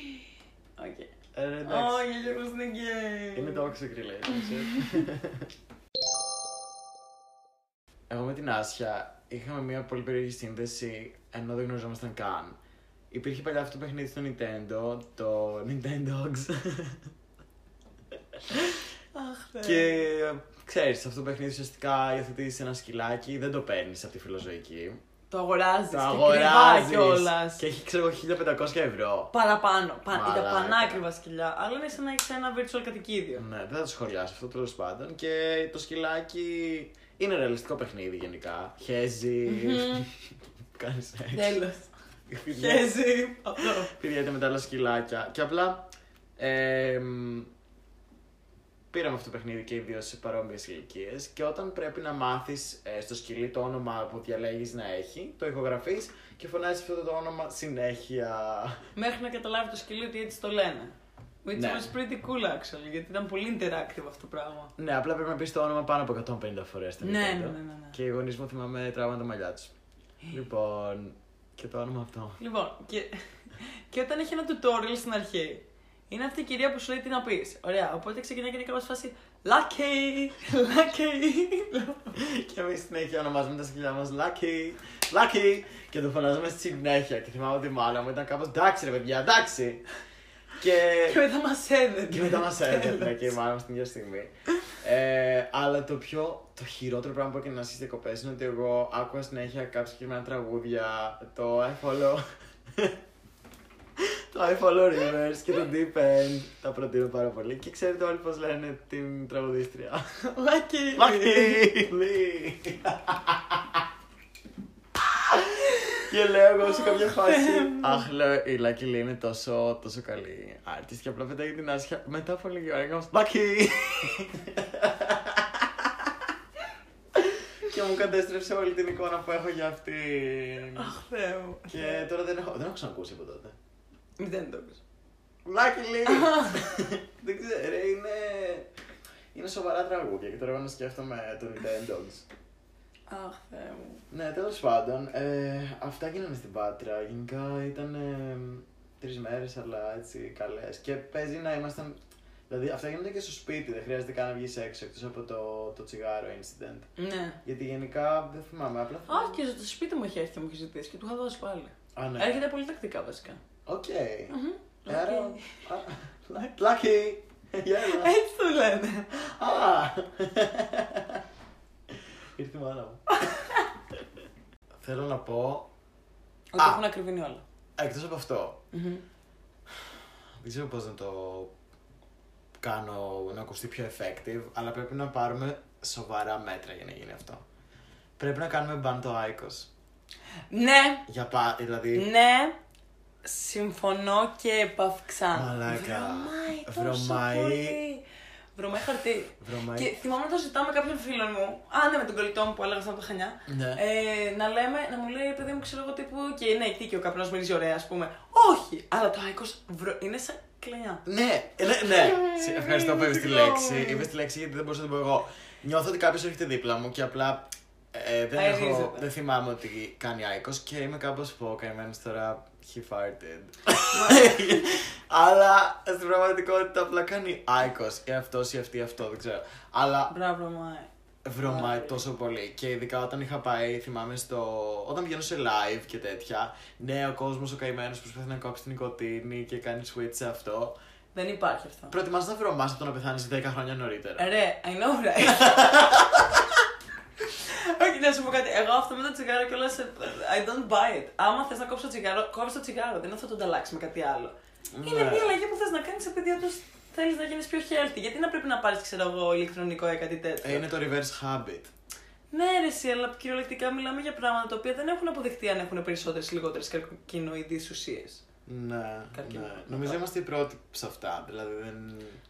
Οκ. Ε, ρε, εντάξει. Όχι, Γιώργο είναι γκέι. Είναι το toxic relationship. Εγώ με την Άσια είχαμε μια πολύ περίεργη σύνδεση ενώ δεν γνωριζόμασταν καν. Υπήρχε παλιά αυτό το παιχνίδι στο Nintendo, το Nintendogs. Αχ, Θεέ. και ξέρεις, αυτό το παιχνίδι ουσιαστικά υιοθετείς ένα σκυλάκι, δεν το παίρνεις από τη φιλοζωική. Το αγοράζεις. Το Το αγοράζεις αγοράζεις κιόλας. και έχει ξέρω εγώ 1500 ευρώ. Παραπάνω. Πα... Ήταν Μαλάκα. πανάκριβα σκυλιά. Αλλά είναι σαν να έχεις ένα virtual κατοικίδιο. Ναι, δεν θα το σχολιάσω αυτό τέλος πάντων. Και το σκυλάκι είναι ρεαλιστικό παιχνίδι γενικά. Χέζει. Κάνει σεξ. Τέλο. Χέζει. Αυτό. Πηγαίνετε με τα άλλα σκυλάκια. Και απλά. εμ, πήραμε αυτό το παιχνίδι και οι δύο σε παρόμοιες ηλικίες. Και όταν πρέπει να μάθεις στο σκυλί το όνομα που διαλέγεις να έχει, το ηχογραφείς και φωνάζεις αυτό το όνομα συνέχεια. Μέχρι να καταλάβει το σκυλί ότι έτσι το λένε. Which Ναι. was pretty cool actually, γιατί ήταν πολύ interactive αυτό το πράγμα. Ναι, απλά πρέπει να πεις το όνομα πάνω από 150 φορέ. Ναι, ναι, ναι, ναι, ναι. Και οι γονείς μου θυμάμαι τράβαν τα μαλλιά τους. λοιπόν, και το όνομα αυτό. Λοιπόν, και, και όταν έχει ένα tutorial στην αρχή, είναι αυτή η κυρία που σου λέει τι να πεις. Ωραία, οπότε ξεκινάει και είναι κάπως φάση Lucky! Lucky! και εμείς συνέχεια ονομάζουμε τα σκυλιά μας Lucky, Lucky! Και το φωνάζουμε στη συνέχεια. Και θυμάμαι ότι η μάνα μου ήταν κάπως εντάξει, ρε παιδιά, εντάξει. και, και μετά μας έδαινε. και μετά μας έδερνε Τέλος. και η μάνα μου στην ίδια στιγμή. ε, αλλά το πιο το χειρότερο πράγμα που έκανα στις διακοπές είναι ότι εγώ άκουγα συνέχεια κάποια συγκεκριμένα τραγούδια. Το I follow. το I follow Rivers και το Deep End. Τα προτείνω πάρα πολύ. Και ξέρετε όλοι πώς λένε την τραγουδίστρια. Lucky! Μαχτήλι! και λέω εγώ σε κάποια φάση. Αχ, λέω η Λάκη Λί είναι τόσο, τόσο καλή artist και απλά πετάει την άσχια. Μετά από λίγη ώρα έκανα Λάκη! και μου κατέστρεψε όλη την εικόνα που έχω για αυτήν. Αχ, Θεέ μου. και τώρα δεν έχω, δεν έχω ξανακούσει από τότε. Δεν το πεις. Lucky Lady. Δεν ξέρω, ρε, είναι... Είναι σοβαρά τραγούδια και τώρα εγώ να σκέφτομαι το Nintendo's. Αχ, Θεέ μου. ναι, τέλος πάντων, ε, αυτά γίνανε στην Πάτρα. Γενικά ήταν ε, τρεις μέρες, αλλά έτσι καλές. Και παίζει να ήμασταν... Δηλαδή, αυτά γίνονται και στο σπίτι, δεν χρειάζεται καν να βγεις έξω, εκτός από το, το τσιγάρο incident. Ναι. Γιατί γενικά δεν θυμάμαι, απλά... Α, και στο σπίτι μου έχει έρθει και μου έχει ζητήσει και του είχα δώσει πάλι. Α, ναι. Έρχεται πολύ τακτικά βασικά. Οκ. Lucky. Άρα... α, Lucky! Γεια Έτσι το λένε. Α! Ήρθε η μάνα μου. Θέλω να πω, Ότι Α. έχουν ακριβήνει όλα. εκτός από αυτό, δεν ξέρω πώς να το κάνω να ακουστεί πιο effective, αλλά πρέπει να πάρουμε σοβαρά μέτρα για να γίνει αυτό. Πρέπει να κάνουμε μπαν το Άικος. Ναι, Για πα, δηλαδή, ναι. Συμφωνώ και επαυξάνω. Μαλάκα. Βρωμάει τόσο Βρωμάει. πολύ. Βρωμάει χαρτί. Βρωμάει. Και θυμάμαι να το ζητάμε κάποιον φίλο μου. Α, ναι, με τον κολλητό μου που έλεγα αυτό από τα χανιά. Ναι. Ε, να λέμε, να μου λέει, παιδί μου, ξέρω εγώ τύπου. Και είναι εκεί και ο καπνός μυρίζει ωραία, ας πούμε. Όχι, αλλά το άικο είναι σαν κλενιά. Ναι, ναι, ναι. Σε Ευχαριστώ που είπε τη λέξη. Είπες τη λέξη γιατί δεν μπορούσα να την πω εγώ. Νιώθω ότι κάποιος έρχεται δίπλα μου και απλά ε, δεν, έχω, Αερίζεται. δεν θυμάμαι ότι κάνει άικο και είμαι κάπως πω καημένος τώρα. He farted. Αλλά στην πραγματικότητα απλά κάνει άικο ή αυτός ή αυτή αυτό, δεν ξέρω. Αλλά Μπράβο, Μάη. βρωμάει τόσο πολύ. Και ειδικά όταν είχα πάει, θυμάμαι στο. Όταν πηγαίνω σε live και τέτοια, ναι, ο κόσμος ο καημένος προσπαθεί να κόψει την nicotine και κάνει switch σε αυτό. Δεν υπάρχει αυτό. Προτιμάς να βρωμάς από το να πεθάνεις 10 χρόνια νωρίτερα. Ρε, I know, right. Όχι, να σου πω κάτι. Εγώ αυτό με το τσιγάρο κιόλας. I don't buy it. Άμα θες να κόψεις το τσιγάρο, κόψεις το τσιγάρο. Δεν είναι αυτό το ανταλλάξεις με κάτι άλλο. Είναι Ναι. μια αλλαγή που θες να κάνεις επειδή όντως θέλεις να γίνεις πιο healthy. Γιατί να πρέπει να πάρεις, ξέρω εγώ, ηλεκτρονικό ή κάτι τέτοιο. Ε, Είναι το reverse habit. Ναι, ρε, εσύ, αλλά κυριολεκτικά μιλάμε για πράγματα τα οποία δεν έχουν αποδειχτεί αν έχουν περισσότερες ή λιγότερες καρκινοειδείς ουσίες. Ναι, Καρκίνο. ναι. Νομίζω είμαστε οι πρώτοι σε αυτά. Δηλαδή δεν.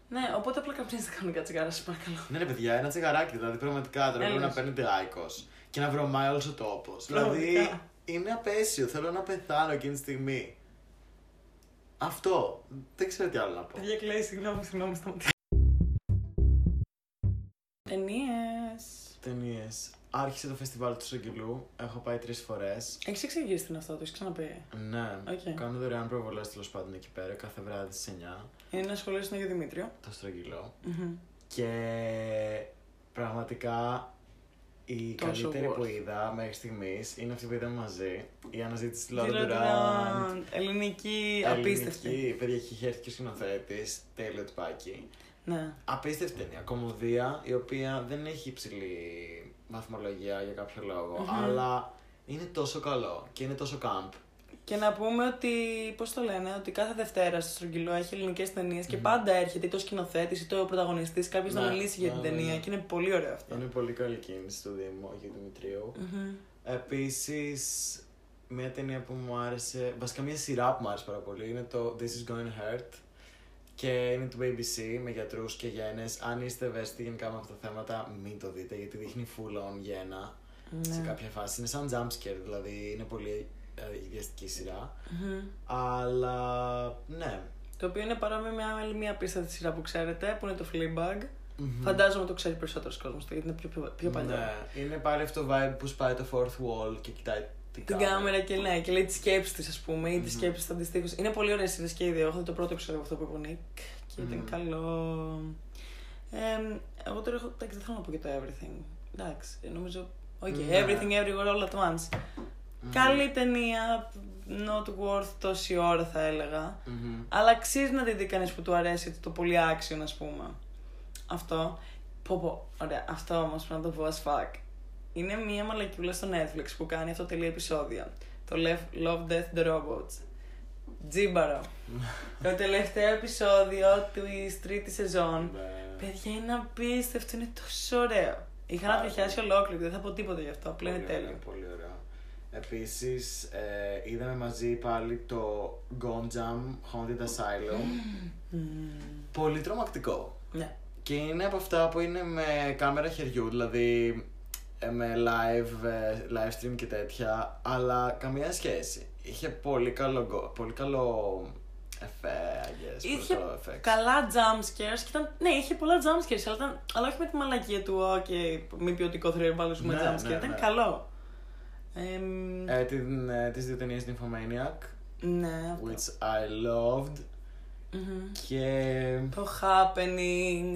Ναι, οπότε απλά καμπνίζει δεν κάνουν κάτι τσιγάρα, σα παρακαλώ. Ναι, ρε παιδιά, ένα τσιγαράκι. Δηλαδή πραγματικά τώρα Έλεος. πρέπει να παίρνετε άικο και να βρωμάει όλο ο τόπος. Δηλαδή Πραγματικά. είναι απέσιο. Θέλω να πεθάνω εκείνη τη στιγμή. Αυτό. Δεν ξέρω τι άλλο να πω. Παιδιά κλαίει, συγγνώμη, συγγνώμη, σταματήστε. Ταινίες. Ταινίες. Άρχισε το φεστιβάλ του Σογγυλού. Έχω πάει τρεις φορές. Έχεις εξηγήσει την αυτό, το έχεις ξαναπεί. Ναι, Οκ. κάνω δωρεάν προβολές τέλος πάντων εκεί πέρα κάθε βράδυ στις 9 Είναι ένα σχολείο στον Αγιο Δημήτριο. το στρογγυλό. Μμμ. Και πραγματικά η Τόσο καλύτερη worth. που είδα μέχρι στιγμής είναι αυτή που είδαμε μαζί. Η αναζήτηση της Τη Λόρα Ντουράντ. Ντουραντ. Ελληνική, απίστευτη. Απίστευτη. Παιδιά, έχει έρθει και ο σκηνοθέτης. Τέλειο τυπάκι. Ναι. Απίστευτη ταινία. Κομμωδία η οποία δεν έχει υψηλή βαθμολογία για κάποιο λόγο, αλλά είναι τόσο καλό και είναι τόσο camp. Και να πούμε ότι, πώς το λένε, ότι κάθε Δευτέρα στο Στρογγυλό έχει ελληνικές και πάντα έρχεται είτε ο σκηνοθέτη είτε ο πρωταγωνιστής κάποιος να Ναι, μιλήσει για την ναι, ναι, ταινία ναι. και είναι πολύ ωραίο αυτό. Είναι πολύ καλή κίνηση του Δήμου και του Δημητρίου. Μμμ. Επίσης, μια ταινία που μου άρεσε. Βασικά, μια σειρά που μου άρεσε πάρα πολύ είναι το This is Going Hurt. Και είναι του BBC με γιατρούς και γένες. Αν είστε ευαίσθητοι γενικά με αυτά τα θέματα, μην το δείτε γιατί δείχνει full on γένα σε κάποια φάση. Είναι σαν jumpscare, δηλαδή είναι πολύ ε, ιδιαστική σειρά. Μμμ. Αλλά ναι. Το οποίο είναι παρόμοιο με άλλη μια απίστευτη σειρά που ξέρετε, που είναι το Fleabag. Φαντάζομαι το ξέρει περισσότερος κόσμος γιατί είναι πιο, πιο, πιο παλιό. Ναι. Είναι πάλι αυτό το vibe που σπάει το fourth wall και κοιτάει την, Την κάμερα και ναι, και λέει τη σκέψη της, ας πούμε, ή τη σκέψη του αντιστοίχου. Είναι πολύ ωραίες σειρές και οι δύο. Εγώ το πρώτο ξέρω αυτό που είπε ο Νίκ και ήταν καλό. Ε, εγώ τώρα έχω. εντάξει, δεν θέλω να πω και το everything. Εντάξει, νομίζω. Οκ, Ναι. everything everywhere all at once. Καλή ταινία, not worth τόση ώρα θα έλεγα. Μμμ. Αλλά αξίζει να τη δει κανείς που του αρέσει το πολύ action, ας πούμε. Αυτό. Πω πω, ωραία, αυτό όμως πρέπει να το πω as fuck. Είναι μία μαλακιούλα στο Netflix που κάνει αυτό τελεία επεισόδια. Το Lef- Love Death the Robots. Τζίμπαρο. το τελευταίο επεισόδιο της τρίτη σεζόν. Ναι. Παιδιά είναι απίστευτο, είναι τόσο ωραίο. Είχα να Πάρα τριχιάσει ολόκληρο, δεν θα πω τίποτα γι' αυτό. Απλά είναι Πολύ ωραία, τέλειο. Πολύ ωραία. Επίσης, ε, είδαμε μαζί πάλι το Gonjam Haunted Asylum. Πολύ τρομακτικό. Ναι. Και είναι από αυτά που είναι με κάμερα χεριού, δηλαδή ε, με live, ε, live stream και τέτοια, αλλά καμία σχέση. Είχε πολύ καλό, go- πολύ καλό εφέ, I guess, πολύ Είχε καλό effects. καλά jump scares και ήταν. Ναι, είχε πολλά jump scares, αλλά, ήταν... αλλά όχι με τη μαλακία του. Οκ, μη ποιοτικό θρύο, βάλω με Ναι, jump scare. ναι, Ήταν ναι. καλό. Εμ, Ε, την, ε, τις δύο ταινίες Nymphomaniac, ναι, αυτό. which I loved, Μμμ. και... Το happening.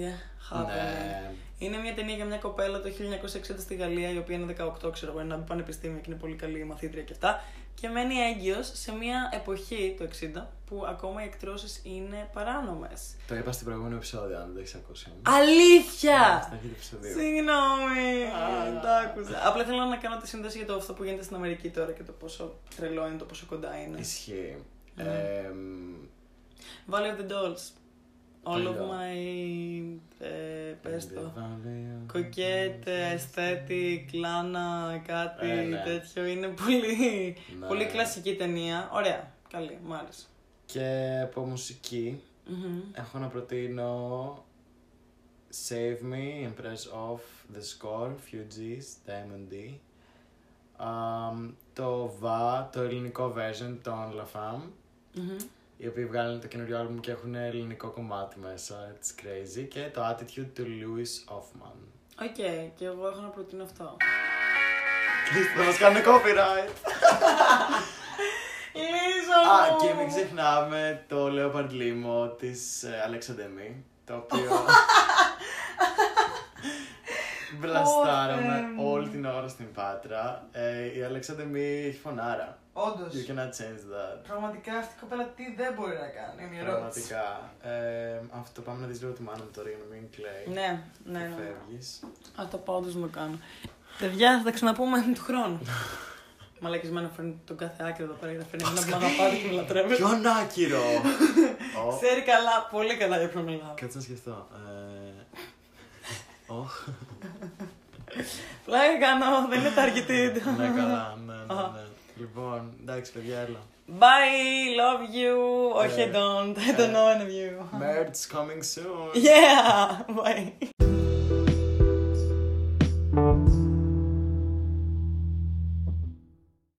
happening. Ναι. Είναι μια ταινία για μια κοπέλα το 1960 στη Γαλλία, η οποία είναι 18, ξέρω εγώ, είναι ένα πανεπιστήμιο και είναι πολύ καλή μαθήτρια και αυτά. Και μένει έγκυος σε μια εποχή το 60 που ακόμα οι εκτρώσεις είναι παράνομες. Το είπα στην προηγούμενη επεισόδιο, αν δεν το έχεις ακούσει. Αλήθεια! Στην αρχή του επεισοδίου. Συγγνώμη, Ε, δεν τα άκουσα. Απλά θέλω να κάνω τη σύνδεση για το αυτό που γίνεται στην Αμερική τώρα και το πόσο τρελό είναι, το πόσο κοντά είναι. Ισχύει. Ναι. Εμ, Valley of the Dolls. All of Παλιό. my. Ε, πες το. The Valley of- Κοκέτ, αισθέτη, κλάνα, κάτι Ε, ναι. τέτοιο. Είναι πολύ, Ναι. πολύ κλασική ταινία. Ωραία, καλή, μου άρεσε. Και από μουσική Μμμ. έχω να προτείνω Save Me, Impress Off, The Score, Fugees, Diamond D. Αμ, το VA, το ελληνικό version των La Femme, Μμμ. οι οποίοι βγάλουν το καινούριο άλμπουμ και έχουν ελληνικό κομμάτι μέσα, it's crazy, και το Attitude του Louis Hoffman. Οκ, και εγώ έχω να προτείνω αυτό. Θα μας κάνουν copyright! Λίζα μου! Α, και μην ξεχνάμε το Leopard Limo της ε, Αλεξανδεμή, το οποίο... Ω, Θεέ Μπλαστάραμε μου. όλη την ώρα στην Πάτρα. Ε, η Αλεξανδεμή έχει φωνάρα. Όντως. You cannot change that. Πραγματικά αυτή η κοπέλα τι δεν μπορεί να κάνει. Είναι η ερώτηση. Πραγματικά. Ε, αυτό πάμε να δεις λίγο τη μάνα μου τώρα για να μην κλαίει. Ναι, ναι, ναι. Φεύγεις. Αυτό πάντως να το κάνω. Παιδιά, θα τα ξαναπούμε του χρόνου. Μαλακισμένο φέρνει τον κάθε άκρη εδώ πέρα για να φέρνει ένα που με αγαπάτε και με λατρεύετε. Ποιον άκυρο! Ω, Ξέρει καλά, πολύ καλά για ποιον μιλάω. Κάτσε να σκεφτώ. Ε, οχ. Πλάκα κάνω, δεν είναι τα αρκετή. Ναι, καλά, ναι, ναι, ναι. Λοιπόν, εντάξει, παιδιά, έλα. Bye, love you. Όχι, I Ε, don't. I don't know any of you. Merch coming soon. Yeah, bye.